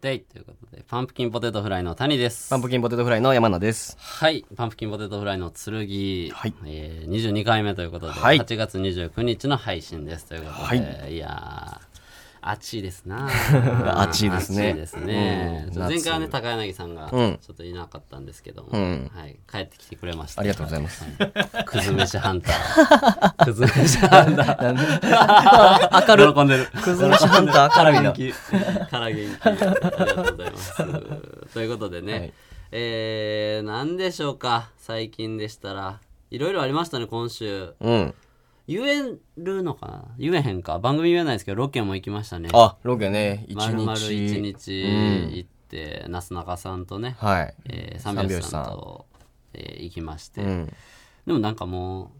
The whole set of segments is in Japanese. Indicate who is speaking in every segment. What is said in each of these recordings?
Speaker 1: デイということで、パンプキンポテトフライの谷です。
Speaker 2: パンプキンポテトフライの山名です。
Speaker 1: はい、パンプキンポテトフライの剣、
Speaker 2: はい
Speaker 1: えー、22回目ということで、
Speaker 2: はい
Speaker 1: 8月29日の配信ですということで、、
Speaker 2: はいい
Speaker 1: やー、暑いですな
Speaker 2: 暑いですね
Speaker 1: 暑いですね
Speaker 2: うん
Speaker 1: ちょっと前回はね、
Speaker 2: 夏
Speaker 1: 高柳さんがち
Speaker 2: ん
Speaker 1: ょっといなかったんですけども、
Speaker 2: ん
Speaker 1: はい、帰ってきてくれました。
Speaker 2: ありがとうございます。
Speaker 1: す。くず飯ハン ター。くず飯ハンター。明る喜んでる。
Speaker 2: クズ飯ハンター
Speaker 1: から元
Speaker 2: な。
Speaker 1: 気。から元気。ありがとうございます。ということでね、
Speaker 2: はい
Speaker 1: えー、なんでしょうか、最近でしたら。いろいろありましたね、今週。
Speaker 2: うん。
Speaker 1: 言えるのかな言えへんか。番組言えないですけど、ロケも行きましたね。
Speaker 2: あ、ロケね、一
Speaker 1: 丸々一
Speaker 2: 日。
Speaker 1: 日
Speaker 2: うん
Speaker 1: 行って、なすなかさんとね、
Speaker 2: はい。
Speaker 1: えー、三拍子さんと、えー行きまして。
Speaker 2: うん。
Speaker 1: でもなんかも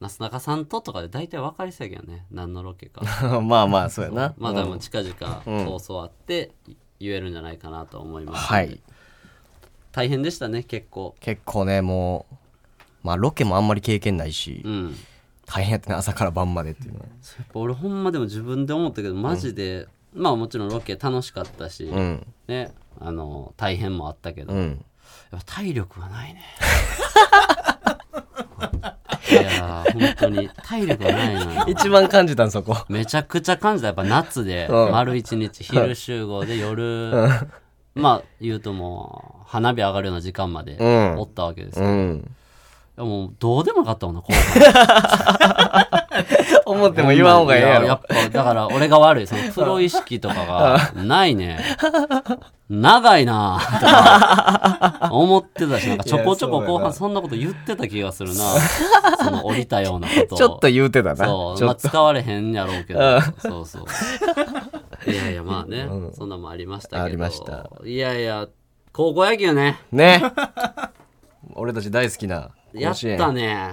Speaker 1: う、なすなかさんととかで大体分かりそうやけどね、何のロケか。
Speaker 2: まあまあ、そうやな。
Speaker 1: まあ
Speaker 2: うん
Speaker 1: でも近々放送あって言えるんじゃないかなと思います、
Speaker 2: はい。
Speaker 1: 大変でしたね結構
Speaker 2: 結構ね、もう、まあロケもあんまり経験ないし
Speaker 1: う、ん
Speaker 2: 大変やったね、朝から晩までっていうのは。
Speaker 1: そうやっぱ俺ほんまでも自分で思ったけどマジで、まあもちろんロケ楽しかったし、
Speaker 2: うん。
Speaker 1: ねあの大変もあったけど、
Speaker 2: う
Speaker 1: や
Speaker 2: ん。
Speaker 1: っぱ体力 がないねいやー本当に体力がないのよ
Speaker 2: 一番感じたん、そこ。
Speaker 1: めちゃくちゃ感じたやっぱ夏で
Speaker 2: うん
Speaker 1: 丸一日昼集合で夜まあ言うともう花火上がるような時間まで
Speaker 2: うん
Speaker 1: おったわけです
Speaker 2: うん。
Speaker 1: いやもうどうでもよかったもんな、後
Speaker 2: 思って
Speaker 1: 半。
Speaker 2: も言わん方がええや
Speaker 1: いや
Speaker 2: ろ
Speaker 1: っ。ぱ、だから俺が悪い、そのプロ意識とか がないね。長いなぁとか思ってたし、なんかちょこちょこ
Speaker 2: いやそうやな
Speaker 1: 後半そんなこと言ってた気がするな。その降りたようなことを。
Speaker 2: ちょっと言うてたな。ちょ
Speaker 1: そう、まあ
Speaker 2: っと。
Speaker 1: 使われへんやろうけど、そうそう。いやいや、まあね、そんなんもありましたけど。
Speaker 2: ありました。
Speaker 1: いやいや、高校野球ね、
Speaker 2: ね。俺たち大好きな。
Speaker 1: や
Speaker 2: 甲
Speaker 1: っ
Speaker 2: 子園
Speaker 1: た。ね。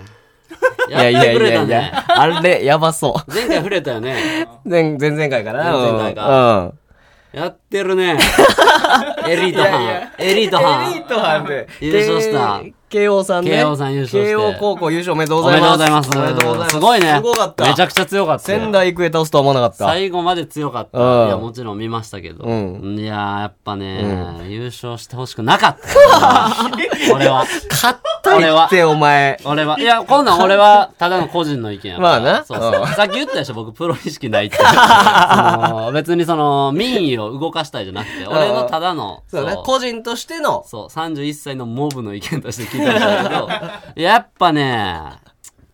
Speaker 2: いやいやい
Speaker 1: ってくれ
Speaker 2: や
Speaker 1: た
Speaker 2: い
Speaker 1: ね
Speaker 2: や。あれ、やばそう。
Speaker 1: 前回触れたよね。
Speaker 2: 前前々回かな
Speaker 1: 前々回か
Speaker 2: うん。
Speaker 1: やってる ね。エリート
Speaker 2: いやい
Speaker 1: 班
Speaker 2: や。
Speaker 1: エリート
Speaker 2: エリ
Speaker 1: 班
Speaker 2: ー。ト班で
Speaker 1: 優勝した
Speaker 2: 慶応さんね
Speaker 1: 慶応さん優勝し
Speaker 2: 慶
Speaker 1: て
Speaker 2: 応高校優勝おめでとう
Speaker 1: お
Speaker 2: ご
Speaker 1: め
Speaker 2: ざいます
Speaker 1: でとうございます。
Speaker 2: おめでとうございます
Speaker 1: すごいね。
Speaker 2: すごかった
Speaker 1: めちゃくちゃ強かった。
Speaker 2: 仙台育英倒すとは思わなかった
Speaker 1: 最後まで強かった。
Speaker 2: うん
Speaker 1: いや、もちろん見ましたけど。
Speaker 2: う
Speaker 1: いやー、やっぱね、優勝してほしくな かった。俺は。
Speaker 2: 勝った
Speaker 1: 俺は
Speaker 2: りってお前
Speaker 1: 俺は。いや、こんなん俺は、ただの個人の意見やから。
Speaker 2: まあな
Speaker 1: そうそうう。さっき言ったでしょ、僕、プロ意識な いって。その別にその、民意を動かしたいじゃなくて、俺のただの、
Speaker 2: そうね個人としての
Speaker 1: そう、31歳のモブの意見として聞いてました けど、やっぱね、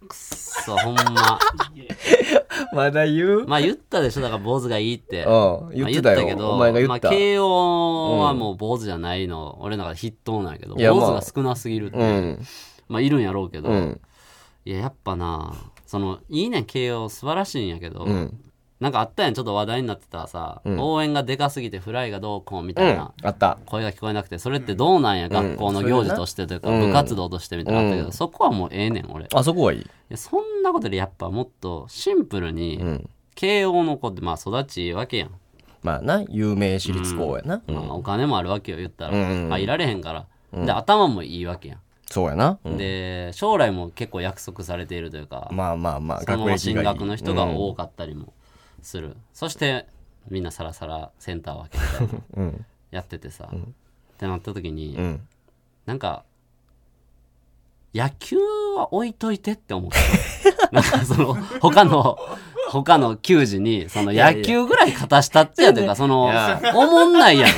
Speaker 1: くっそ、ほんま。
Speaker 2: まだ言う
Speaker 1: まあ言ったでしょ、だから坊主がいいって。
Speaker 2: うん言ってたよ
Speaker 1: まあ言けど、
Speaker 2: お前が言った
Speaker 1: まあ、慶応はもう坊主じゃないの、俺の中で筆頭なんやけど、
Speaker 2: いや
Speaker 1: 坊主
Speaker 2: ま
Speaker 1: が
Speaker 2: あ
Speaker 1: 少なすぎるって。
Speaker 2: うん
Speaker 1: まあいるんやろうけど、
Speaker 2: うん
Speaker 1: いや、やっぱな、その、いいねん、慶応素晴らしいんやけど、
Speaker 2: うん
Speaker 1: なんかあったやん、ちょっと話題になってたさ、
Speaker 2: ん
Speaker 1: 応援がでかすぎてフライがどうこうみ
Speaker 2: う
Speaker 1: たいな。
Speaker 2: んあった
Speaker 1: 声が聞こえなくてそれってどうなんや、学校の行事としてというか、
Speaker 2: うん
Speaker 1: 部活動としてみたいなのあったけど、
Speaker 2: うん
Speaker 1: そこはもうええねん俺い
Speaker 2: あそこはいい
Speaker 1: やそんなことよりやっぱもっとシンプルに、
Speaker 2: うん
Speaker 1: 慶応の子ってまあ育ちいいわけやん、
Speaker 2: まあな有名私立校やなう
Speaker 1: まあ
Speaker 2: ん
Speaker 1: お金もあるわけよ言ったら、
Speaker 2: うんうん
Speaker 1: まあ、いられへんから、で頭もいいわけやん、
Speaker 2: そうやなうん
Speaker 1: で将来も結構約束されているというか、
Speaker 2: まあまあまあ
Speaker 1: そのま
Speaker 2: 学
Speaker 1: ま
Speaker 2: 歴
Speaker 1: 進
Speaker 2: がいい
Speaker 1: 学の人が
Speaker 2: うん
Speaker 1: 多かったりもする、そしてみんなサラサラセンター分けみたい
Speaker 2: う
Speaker 1: な
Speaker 2: ん
Speaker 1: やっててさ、ってなった時に、
Speaker 2: うん
Speaker 1: なんか、野球は置いといてって思った。 なんかその、他の、他の球児に、その
Speaker 2: やいや
Speaker 1: 野球ぐらい勝たしたってやというか、そ
Speaker 2: い
Speaker 1: の
Speaker 2: や、
Speaker 1: おもんないやん。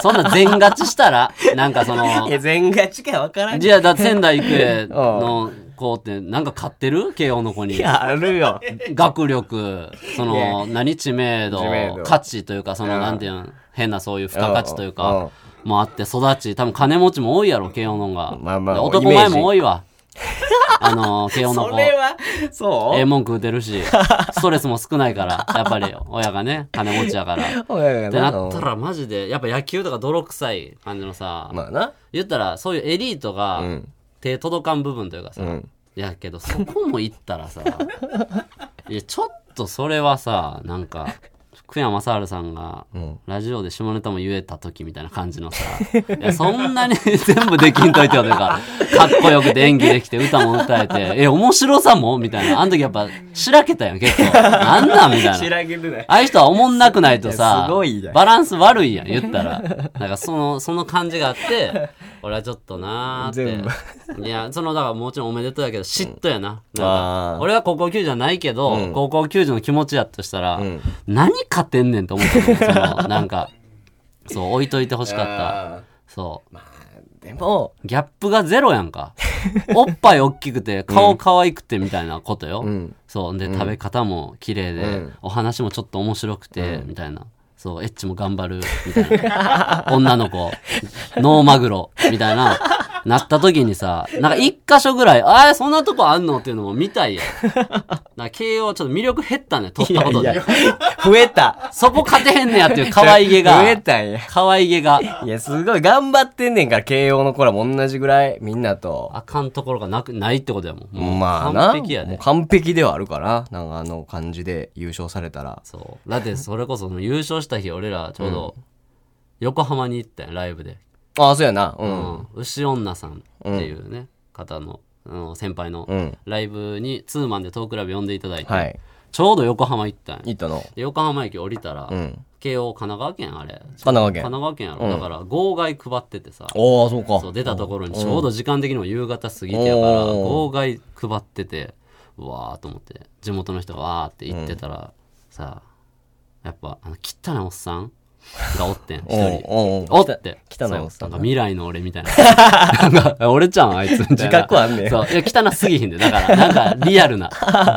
Speaker 1: そんな全勝ちしたら、なんかその
Speaker 2: い、や全勝ちかわからんけど
Speaker 1: じゃあ、だって仙台育英の子って、なんか勝ってる慶応の子に
Speaker 2: い。やあるよ
Speaker 1: 学力、その、何知名度
Speaker 2: 知名度、
Speaker 1: 価値というか、その、
Speaker 2: うん
Speaker 1: なんていうん、変なそういう付加価値とい
Speaker 2: うん
Speaker 1: う
Speaker 2: うん
Speaker 1: か、もあって育ち、多分金持ちも多いやろ、慶応の方が。
Speaker 2: まあまあ
Speaker 1: で男前も多いわ。あの、慶応の
Speaker 2: そ
Speaker 1: 子。
Speaker 2: れはそう
Speaker 1: ええもん食うてるし、ストレスも少ないから、やっぱり親がね、金持ちやから。 っ
Speaker 2: って
Speaker 1: なったらマジで、やっぱ野球とか泥臭い感じのさ、
Speaker 2: まあな。
Speaker 1: 言ったらそういうエリートが
Speaker 2: うん。
Speaker 1: 手届かん部分というかさ、
Speaker 2: うん。
Speaker 1: やけどそこも行ったらさいやちょっとそれはさなんか福山雅治さんが
Speaker 2: うん。
Speaker 1: ラジオで下ネタも言えた時みたいな感じのさ、いやそんなに 全部できんといてよというか、かっこよくて演技できて歌も歌えて、え、面白さもみたいな。あの時やっぱ、しらけたやん、結構。なんなんみたいな。
Speaker 3: らげるね
Speaker 1: ああいう人はおもんなくないと
Speaker 3: いや
Speaker 1: さ、
Speaker 3: すごいやん
Speaker 1: バランス悪いやん、言ったら。なんかその、その感じがあ って、俺はちょっとな
Speaker 3: 全部
Speaker 1: ーって。いや、その、だからもちろんおめでとうやけど、嫉妬やな。なん
Speaker 2: あー
Speaker 1: か俺は高校球児じゃないけど、
Speaker 2: うん
Speaker 1: 高校球児の気持ちやとしたら、
Speaker 2: うん。
Speaker 1: 何勝てんねんと思ったもんその なんかそう置いといてほしかった
Speaker 3: あ
Speaker 1: そ
Speaker 3: ーで
Speaker 2: で
Speaker 3: も
Speaker 2: も、
Speaker 1: うギャップがゼロやんかおっぱい大きくて顔可愛くてみたいなことよ、
Speaker 2: うん。
Speaker 1: そうで食べ方も綺麗で、
Speaker 2: うん
Speaker 1: お話もちょっと面白くて、みたいなそうエッチも頑張るみた いな女の子ノーマグロみたいななった時にさなんか一箇所ぐらいああそんなとこあんのっていうのも見たいやん だから慶応ちょっと魅力減ったね取
Speaker 2: い
Speaker 1: っ
Speaker 2: や
Speaker 1: たこと
Speaker 2: い
Speaker 1: で
Speaker 2: や、増えた。
Speaker 1: そこ勝てへんねやっていう可愛 げ
Speaker 2: 増え
Speaker 1: が、
Speaker 2: たんや。
Speaker 1: 可愛げが、
Speaker 2: いや、すごい頑張ってんねんから、慶応の子らも同じぐらい、みんなと。
Speaker 1: あかんところがなく、ないってことやもん。もう
Speaker 2: まあな。
Speaker 1: 完璧や
Speaker 2: もう
Speaker 1: で。
Speaker 2: 完璧ではあるから、なんかあの感じで優勝されたら。
Speaker 1: そう。だってそれこそその優勝した日、俺らちょうど、横浜に行ったんライブで。
Speaker 2: ああ、そうやな。う。
Speaker 1: うんん。牛女さんっていうね、方の、あの先輩の
Speaker 2: うん。
Speaker 1: ライブにツーマンでトークライブ呼んでいただいて、
Speaker 2: はい。
Speaker 1: ちょうど横浜行ったんよ
Speaker 2: いったの。
Speaker 1: で横浜駅降りたら、
Speaker 2: うん。
Speaker 1: 慶応神奈川県あれ。神
Speaker 2: 神奈川県。
Speaker 1: 奈川県やろ。だから号外配っててさ。
Speaker 2: おあ、そうか。
Speaker 1: そう出たところにちょうど時間的にも夕方過ぎてやから
Speaker 2: おー
Speaker 1: 号外配っててうわーと思って地元の人がわーって言ってたら、さやっぱあの汚いおっさんがおってん一人
Speaker 2: おうおう
Speaker 1: おって
Speaker 2: 汚いおっさ
Speaker 1: そ
Speaker 2: んな
Speaker 1: うなんか未来の俺みたい ななんか俺ちゃんあいつみた
Speaker 2: 自
Speaker 1: いな
Speaker 2: 覚あんねん
Speaker 1: そういや汚すぎひんでだからなんかリアル な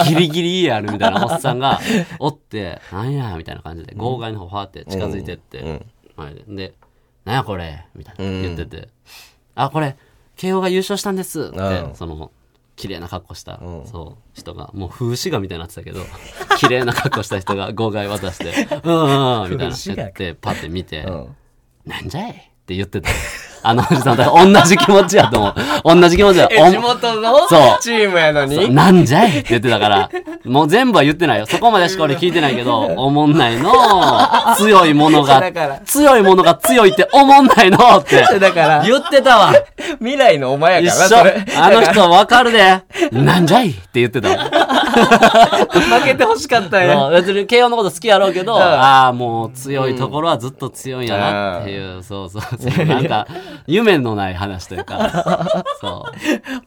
Speaker 1: ギリギリリアルみたいなおっさんがおってなんやみたいな感じで号外の方ファーって近づいてって、
Speaker 2: うん
Speaker 1: 前で。で、なんやこれみたいな言ってて、あ、これ、慶応が優勝したんですって、
Speaker 2: うん
Speaker 1: その、綺麗な格好した、
Speaker 2: うん
Speaker 1: そう、人が、もう風刺画みたいになってたけど、 綺麗な格好した人が号外渡して、うんうんうん、みたいな
Speaker 2: 風刺画
Speaker 1: 言って、パって見て、
Speaker 2: うん。
Speaker 1: なんじゃいって言ってた。あのおじさん、だから同じ気持ちやと思う。同じ気持ちや。お
Speaker 2: え、地元の
Speaker 1: そう
Speaker 2: チームやの
Speaker 1: そう
Speaker 2: に
Speaker 1: なんじゃいって言ってたから、もう全部は言ってないよ。そこまでしか俺聞いてない けど、おもんないの強いものが
Speaker 2: だから、
Speaker 1: 強いものが強いっておもんないのって、
Speaker 2: だから、
Speaker 1: 言ってたわ。
Speaker 2: 未来のお前
Speaker 1: 一
Speaker 2: やからな
Speaker 1: 緒
Speaker 2: それ。。
Speaker 1: あの人わかるで。なんじゃいって言ってたわ。
Speaker 2: 負けてほしかったんや。
Speaker 1: もう別に慶応のこと好きやろうけど、
Speaker 2: ん
Speaker 1: ああ、もう強いところはずっと強いんやなっていう、そうそうそう。なんか、夢のない話という か、そ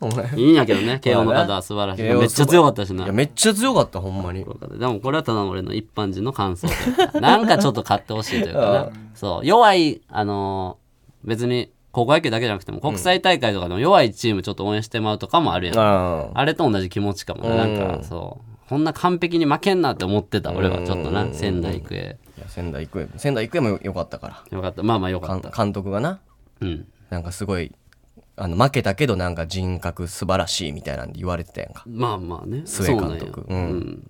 Speaker 2: お前。
Speaker 1: う。いいんやけどね、慶応の方は素晴らしい。
Speaker 2: 慶応
Speaker 1: めっちゃ強かったし
Speaker 2: い
Speaker 1: な
Speaker 2: や、。めっちゃ強かった、ほんまに。
Speaker 1: でもこれはただの俺の一般人の感想というかなんかちょっと買ってほしいというかねそう弱いあのー別に高校野球だけじゃなくても国際大会とかでも弱いチームちょっと応援してまうとかもあるやん、
Speaker 2: うん。
Speaker 1: あれと同じ気持ちかもねなん
Speaker 2: う
Speaker 1: か
Speaker 2: ん
Speaker 1: そうこんな完璧に負けんなって思ってた俺はちょっとな仙台育英
Speaker 2: いや仙台育英仙台育英も良かったか
Speaker 1: よかったまあまあよからっ
Speaker 2: かん
Speaker 1: た
Speaker 2: 監督がな
Speaker 1: うん
Speaker 2: なんかすごいあの負けたけどなんか人格素晴らしいみたいなんで言われてたやんか
Speaker 1: まあまあね
Speaker 2: 須
Speaker 1: そ
Speaker 2: 江
Speaker 1: うなん
Speaker 2: 監
Speaker 1: や
Speaker 2: 督うん、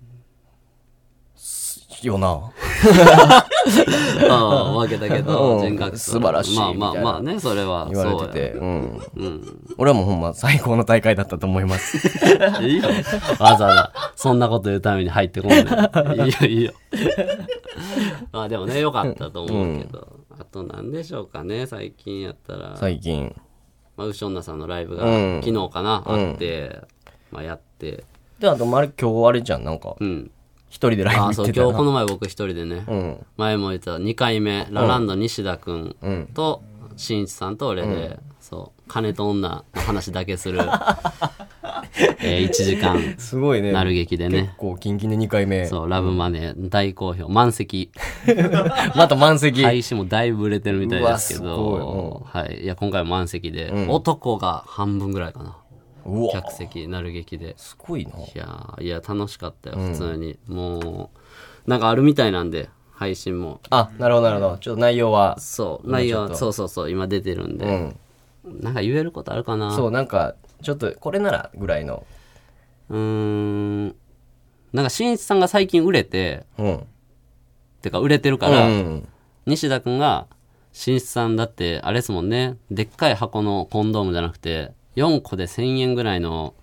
Speaker 2: よな
Speaker 1: ああ負けたけ
Speaker 2: う
Speaker 1: ど
Speaker 2: ん
Speaker 1: 人格差
Speaker 2: 素晴らしい
Speaker 1: まあま
Speaker 2: みた
Speaker 1: あ
Speaker 2: いな
Speaker 1: まあねそれは
Speaker 2: 言われて
Speaker 1: そうや
Speaker 2: てうん、俺はもうほんま最高の大会だったと思います
Speaker 1: いいよ。わざわざ、そんなこと言うために入ってこ んねん。いいよ、いいよ。まあでもね、良かったと思うけど。あと何でしょうかね、最近やったら。
Speaker 2: 最近
Speaker 1: まあ、ウションナさんのライブが、
Speaker 2: うん
Speaker 1: 昨日かな、あって、まあやって。
Speaker 2: であとあれ今日あれじゃんなんか
Speaker 1: うん。
Speaker 2: 一人でライブ
Speaker 1: あ
Speaker 2: 行
Speaker 1: あ、
Speaker 2: っ
Speaker 1: そう、
Speaker 2: て
Speaker 1: 今
Speaker 2: た
Speaker 1: 日こ
Speaker 2: な
Speaker 1: の前僕一人でね、
Speaker 2: うん
Speaker 1: 前も言った2回目、ラランド西田くん
Speaker 2: うん
Speaker 1: と、しんいちさんと俺で、そう、金と女の話だけする、 え1 時間、
Speaker 2: すごいね
Speaker 1: なる劇でね
Speaker 2: 結。構キンキンで2回目
Speaker 1: そう、ラブマネー、大好評、満席。
Speaker 2: また満席、
Speaker 1: 開始もだいぶ売れてるみたいですけ
Speaker 2: う
Speaker 1: ど、はい。いや、今回も満席で、男が半分ぐらいかな。
Speaker 2: うわ
Speaker 1: 客席、なる劇で。
Speaker 2: すごいない
Speaker 1: やーいや、楽しかったよ、普通に。もう、なんかあるみたいなんで、配信も。
Speaker 2: あなるほどなるほどちょっと内容は
Speaker 1: そう、内容は、そうそうそう、今出てるん
Speaker 2: う
Speaker 1: で。
Speaker 2: ん
Speaker 1: なんか言えることあるかな
Speaker 2: そうなんかちょっとこれならぐらいの
Speaker 1: うーん。なんか、しんいちさんが最近売れて、
Speaker 2: うん
Speaker 1: てか売れてるか
Speaker 2: う
Speaker 1: ら、
Speaker 2: ん
Speaker 1: 西田君が「新さんだってあれですもんねでっかい箱のコンドームじゃなくて4個で1,000円ぐらいの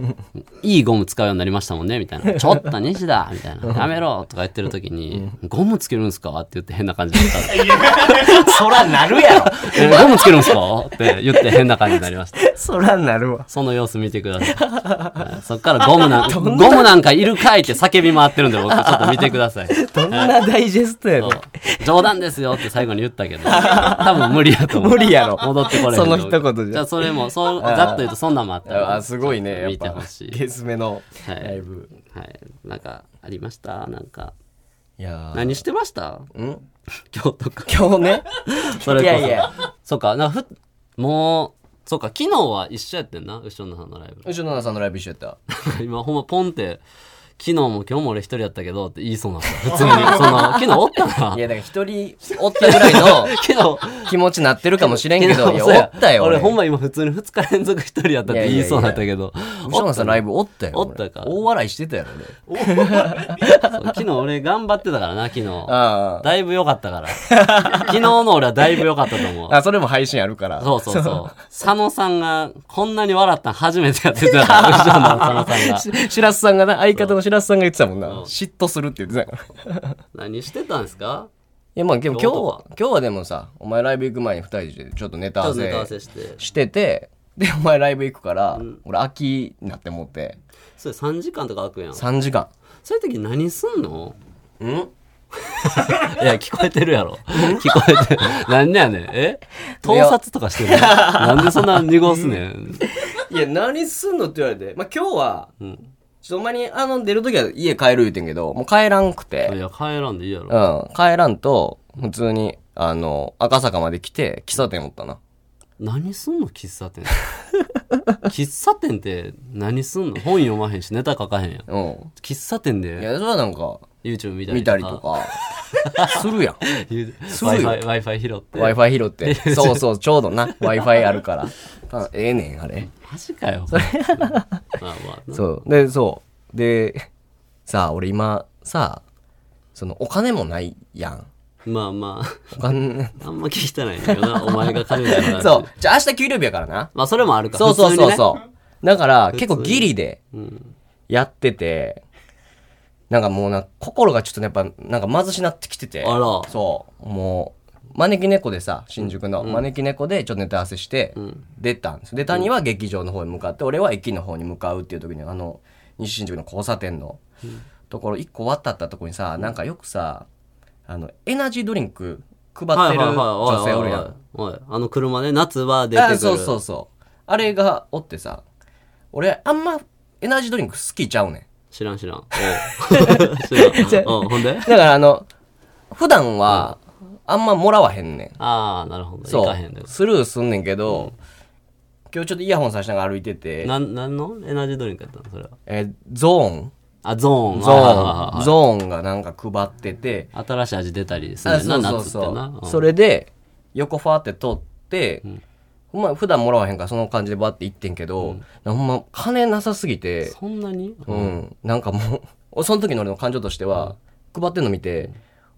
Speaker 1: いいゴム使うようになりましたもんね、みたいな。ちょっと西田みたいな。やめろとか言ってる時に、ゴムつけるんすかって言って変な感じになった。
Speaker 2: そらなるやろ。
Speaker 1: えーゴムつけるんすかって言って変な感じになりました。
Speaker 2: そらなるわ。
Speaker 1: その様子見てく ださい。はいそっからゴムなん、ゴムなんかいるかいって叫び回ってるんで、僕ちょっと見てく ださい。
Speaker 2: どんなダイジェストやろ。
Speaker 1: そう冗談ですよって最後に言っ たけど、多分無理やと思う。
Speaker 2: 無理やろ
Speaker 1: 戻ってこれへん
Speaker 2: その一言じ
Speaker 1: じゃ
Speaker 2: ゃ
Speaker 1: あ。それも、そう、ざっと言うとそんなんもあったら
Speaker 2: あ、すごいね。やっ
Speaker 1: 見て
Speaker 2: ぱ
Speaker 1: ほし、い。
Speaker 2: ゲスめのライブ。
Speaker 1: はい。なんか、ありましたなんか。
Speaker 2: いやー
Speaker 1: 何してました
Speaker 2: ん
Speaker 1: 今日とか。
Speaker 2: 今日ね。
Speaker 1: それこそ。
Speaker 2: いやいや
Speaker 1: そうか、なんかふ、もう、そうか、昨日は一緒やってんな、後ろのさんのライブ。
Speaker 2: 吉野さんのライブ一緒やった。
Speaker 1: 今ほんまポンって昨日も今日も俺一人やったけどって言いそうになった普通にそ の昨日おったない
Speaker 2: や、だから一人おったぐらい の
Speaker 1: 昨日
Speaker 2: 気持ちなってるかもしれんけ
Speaker 1: 昨
Speaker 2: ど、
Speaker 1: 日
Speaker 2: いや、
Speaker 1: そ
Speaker 2: お
Speaker 1: うや
Speaker 2: ったよ。
Speaker 1: 俺ほん
Speaker 2: ま、
Speaker 1: ま今普通に2日連続一人やったって言いそうになったけど
Speaker 2: 吉野さんライブおったよ。
Speaker 1: おったか
Speaker 2: 俺大笑いしてたやろ、ね。
Speaker 1: そう昨日俺頑張ってたからな昨日
Speaker 2: あ
Speaker 1: だいぶ良かったから 昨日の俺はだいぶ良かったと思う
Speaker 2: あ。あ、それも配信あるから。
Speaker 1: そうそうそう佐野さんがこんなに笑ったん初めてやってたから 後ろの佐野さんが
Speaker 2: し白洲さんがな、相方の白洲さんが言ってたもんな。嫉妬するって言ってたから。い
Speaker 1: 何してたんですか
Speaker 2: や、まあ、でも
Speaker 1: ど
Speaker 2: 今
Speaker 1: う
Speaker 2: 日
Speaker 1: と
Speaker 2: は、今日はでもさ、お前ライブ行く前に二人でちょっとネタ
Speaker 1: ち
Speaker 2: 合
Speaker 1: ょっ
Speaker 2: わ
Speaker 1: とネタ合わ
Speaker 2: せ
Speaker 1: せして
Speaker 2: してて、で、お前ライブ行くから、俺秋になって思って、
Speaker 1: それ3時間とか空くやん
Speaker 2: 3時間。
Speaker 1: そういう時何すんの
Speaker 2: ん
Speaker 1: いや、聞こえてるやろ。聞こえてる。 なんでやねん。え盗撮とかしてるのなんでそんな濁すね ん。
Speaker 2: いや、何すんのって言われて、まあ、今日は、
Speaker 1: ん
Speaker 2: ちょっとほんまに、あの、出るときは家帰る言うてんけど、もう帰らんく
Speaker 1: い
Speaker 2: て、
Speaker 1: や、帰らんでいいやろ。
Speaker 2: うん、帰らんと、普通に、あの、赤坂まで来て、喫茶店おったな。
Speaker 1: 何すんの喫茶店。喫茶店って何すんの本読まへんし、ネタ書かへんやん。
Speaker 2: うん。
Speaker 1: 喫茶店
Speaker 2: い
Speaker 1: で
Speaker 2: や、それはなんか、
Speaker 1: YouTube 見たり
Speaker 2: 見たりと。か、 するやん。するよ
Speaker 1: Wi-Fi Wi-Fi 拾って。
Speaker 2: Wi-Fi 拾って。 そうそう、ちょうどな、Wi-Fi あるから。あ ええねん、あれ。
Speaker 1: マジかよ。 まあまあな。
Speaker 2: そう。で、そう。で、さあ、俺今、さあ、その、お金もないやん。
Speaker 1: まあま
Speaker 2: お金、
Speaker 1: あ、あんま聞きたないんだけどな。お前が金だから。
Speaker 2: そう。じゃあ明日給料日やからな。
Speaker 1: まあ、それもあるから。
Speaker 2: そうそうそう
Speaker 1: う。
Speaker 2: そう。だから、結構ギリで
Speaker 1: うん
Speaker 2: やってて、なんかもうな、心がちょっとね、やっぱ、なんか貧しなってきてて。
Speaker 1: あら
Speaker 2: そう。もう、招き猫でさ、新宿の、招き猫でちょっとネタ合わせして、出たんです。で、谷は劇場の方に向かって、俺は駅の方に向かうっていう時に、あの、西新宿の交差点のところ、一個渡ったとこにさ、なんかよくさ、あの、エナジードリンク配ってる女性おるやん。
Speaker 1: おいおいおいおいあの車ね夏は出てくる
Speaker 2: あそうそうそうあれがおってさ俺あんまエナジードリンク好きちゃうねん
Speaker 1: 知らん 知らんおう知らんおうほんで
Speaker 2: だからあの 普段はあんまもらわへんねん
Speaker 1: ああなるほど
Speaker 2: そ
Speaker 1: 行かへんで
Speaker 2: うスルーすんねんけど、今日ちょっとイヤホンさしながら歩いてて、
Speaker 1: なんなんのエナジードリンクやったのそれは
Speaker 2: えーゾーン
Speaker 1: あゾーン
Speaker 2: ゾ
Speaker 1: はいはいはい
Speaker 2: ー
Speaker 1: は
Speaker 2: ン
Speaker 1: い
Speaker 2: ゾーンがなんか配ってて
Speaker 1: 新しい味出たりする
Speaker 2: あ
Speaker 1: ねん
Speaker 2: そ
Speaker 1: な
Speaker 2: うそう
Speaker 1: 夏って
Speaker 2: そ
Speaker 1: な
Speaker 2: う
Speaker 1: うん
Speaker 2: それで横ファーって通って、ほんま普段もらわへんからその感じでバーって行ってんけど、なんかほんま金なさすぎて
Speaker 1: そんなに
Speaker 2: うん、なんかもう、 その時の俺の感情としては、配ってんの見て、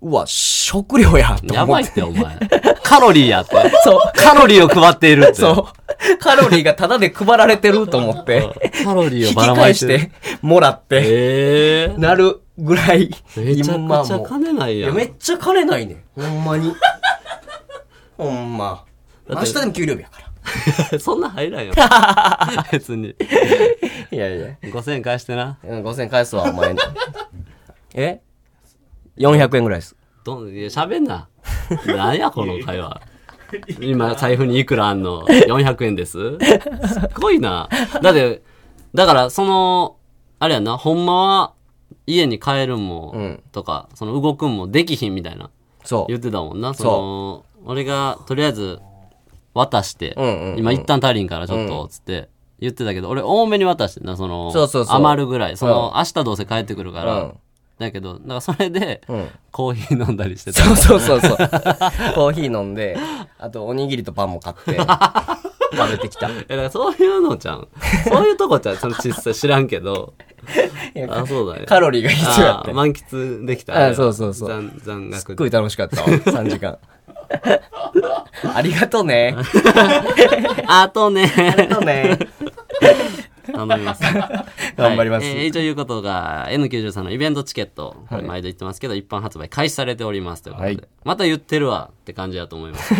Speaker 2: うわ、食料やと
Speaker 1: や
Speaker 2: 思
Speaker 1: ば
Speaker 2: っ
Speaker 1: い
Speaker 2: て。
Speaker 1: ってお 前カロリーやって
Speaker 2: そう、
Speaker 1: カロリーを配っているって
Speaker 2: そう。 カロリーがタダで配られてると思って、
Speaker 1: カロリーを
Speaker 2: 引き
Speaker 1: ばらま
Speaker 2: 返
Speaker 1: い
Speaker 2: して
Speaker 1: る
Speaker 2: て、もらって、
Speaker 1: ええ
Speaker 2: なるぐらい、
Speaker 1: めちゃくちゃ
Speaker 2: も
Speaker 1: 金な
Speaker 2: う。
Speaker 1: い
Speaker 2: い
Speaker 1: や
Speaker 2: や、
Speaker 1: ん
Speaker 2: めっちゃ金ないねん。ほんま に。ほんま。
Speaker 1: だ
Speaker 2: 明
Speaker 1: って
Speaker 2: 日でも給料日やから。
Speaker 1: そんな入 らんよ別に
Speaker 2: いやいや。
Speaker 1: 5000円返してな
Speaker 2: うん5000返すわ、お前に。 え ?400 円ぐらいです。
Speaker 1: どん、いや、喋 んな。なんや、この会話。今、財布にいくらあんの ?400 円です。すっごいな。だって、だから、その、あれやんな、ほんまは、家に帰るんも、
Speaker 2: ん
Speaker 1: とか、その動くんもできひんみたいな、
Speaker 2: そ
Speaker 1: 言ってたもんな。その、俺が、とりあえず、渡して、
Speaker 2: うんうんうん
Speaker 1: 今一旦足りんからちょっと、つって、言ってたけど、俺多めに渡してんな、その、
Speaker 2: そうそうそう
Speaker 1: 余るぐらい。その、明日どうせ帰ってくるから、
Speaker 2: うん
Speaker 1: だけど、だからそれで、
Speaker 2: う。うん。
Speaker 1: コーヒー飲んだりしてた。
Speaker 2: そうそうそう そう。コーヒー飲んで、あとおにぎりとパンも買 って、食べてきた。い
Speaker 1: え、だからそういうのじゃん。そういうとこじゃん。その小さい知らんけど。
Speaker 2: や
Speaker 1: あ、そうだね。
Speaker 2: カロリーが必要やっ
Speaker 1: あ
Speaker 2: て。
Speaker 1: 満喫できた。
Speaker 2: あそうそうそう
Speaker 1: 残残
Speaker 2: すっ
Speaker 1: 額
Speaker 2: ごい楽しかったわ、3時 間。ありがとうね。
Speaker 1: あとね。
Speaker 2: ありがとうね。
Speaker 1: 頼みま す。
Speaker 2: 頑張ります
Speaker 1: はいえー以上いうことが N93 のイベントチケット、これ毎度言ってますけど、一般発売開始されておりますということで、
Speaker 2: はい
Speaker 1: また言ってるわって感じだと思 います。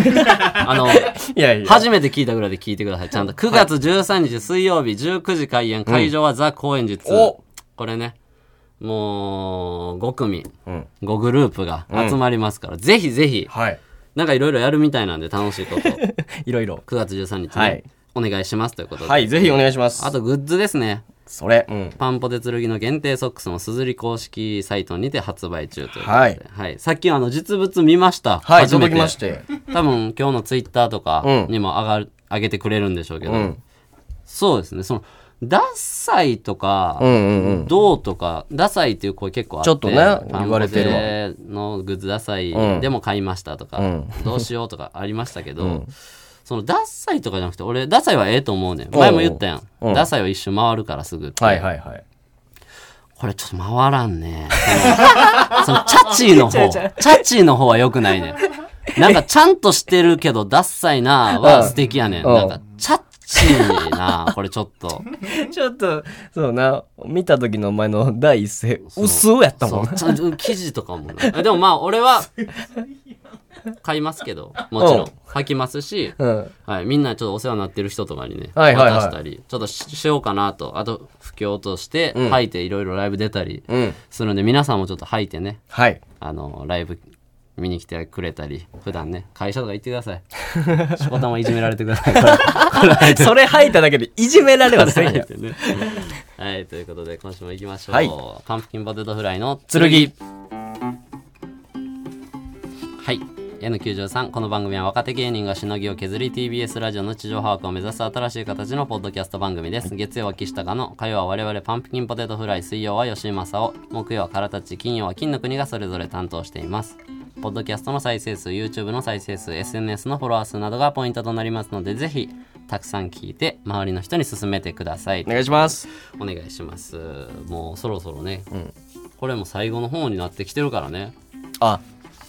Speaker 1: あの、
Speaker 2: いやいや。
Speaker 1: 初めて聞いたぐらいで聞いてください。ちゃんと9月13日水曜日19時開演、会場はザ・高円寺2
Speaker 2: お
Speaker 1: これね、もう5組、
Speaker 2: うん。
Speaker 1: 5グループが集まりますから、ぜひぜひ、
Speaker 2: はい。
Speaker 1: なんかいろいろやるみたいなんで楽しいこと、9
Speaker 2: いろいろ。
Speaker 1: 月13日ね、
Speaker 2: はい
Speaker 1: お願いしますということで。
Speaker 2: はい、ぜひお願いします。
Speaker 1: あとグッズですね。
Speaker 2: それ。うん。
Speaker 1: パンポテ剣の限定ソックスもすずり公式サイトにて発売中ということで、は
Speaker 2: はいい
Speaker 1: さっきあの実物見ました、
Speaker 2: はい、
Speaker 1: 初め
Speaker 2: 届
Speaker 1: て
Speaker 2: きまして。
Speaker 1: 多分今日のツイッターとか
Speaker 2: うん
Speaker 1: にも上がる、上げてくれるんでしょうけど、
Speaker 2: うん。
Speaker 1: そうですねそのダサいとか、
Speaker 2: うんうんうん。
Speaker 1: どうとかダサいっていう声結構あっ
Speaker 2: ち
Speaker 1: て
Speaker 2: ょっとね言われてるわ
Speaker 1: パンポテのグッズダサい
Speaker 2: うん
Speaker 1: でも買いましたとか、
Speaker 2: うん
Speaker 1: どうしようとかありましたけど、
Speaker 2: ん
Speaker 1: そのダサいとかじゃなくて俺ダサいはええと思うねん前も言ったやん、
Speaker 2: おううん
Speaker 1: ダサいは一周回るからすぐって、
Speaker 2: はいはいはい。
Speaker 1: これちょっと回らんね。その チャチーの方、チャチーの方は良くないね。なんかちゃんとしてるけどダッサいなは素敵やねん。
Speaker 2: うん
Speaker 1: なんかチャチーなこれちょっと。
Speaker 2: ちょっと、そうな、見た時のお前の第一声、薄やった
Speaker 1: そ
Speaker 2: もん。
Speaker 1: う、ちゃんと記事とかもね。でもまあ俺は買いますけど、もち
Speaker 2: うん
Speaker 1: ろん履きますし、
Speaker 2: うん。
Speaker 1: はい、みんなちょっとお世話になってる人とかにね、
Speaker 2: はいはいはい
Speaker 1: 渡したり、ちょっとししようかなと、あと布教として
Speaker 2: うん
Speaker 1: 履いていろいろライブ出たり
Speaker 2: うん。
Speaker 1: するんで、皆さんもちょっと履いてね、
Speaker 2: はい。
Speaker 1: あのライブ見に来てくれたり普段ね会社とか行ってく ださいしこたまいじめられてください
Speaker 2: それ吐いただけでいじめられはせんや。
Speaker 1: はいということで今週も行きましょう、
Speaker 2: はい
Speaker 1: パンプキンポテトフライの
Speaker 2: 剣。
Speaker 1: はい N93 この番組は若手芸人がしのぎを削り TBS ラジオの地上把握を目指す新しい形のポッドキャスト番組です月曜は岸高の火曜は我々パンプキンポテトフライ水曜は吉井正夫木曜はからたち金曜は金の国がそれぞれ担当していますポッドキャストの再生数 YouTube の再生数 SNS のフォロワー数などがポイントとなりますのでぜひたくさん聞いて周りの人に勧めてください
Speaker 2: お願いします。
Speaker 1: お願いしますもうそろそろね、これも最後の方になってきてるからね
Speaker 2: あ、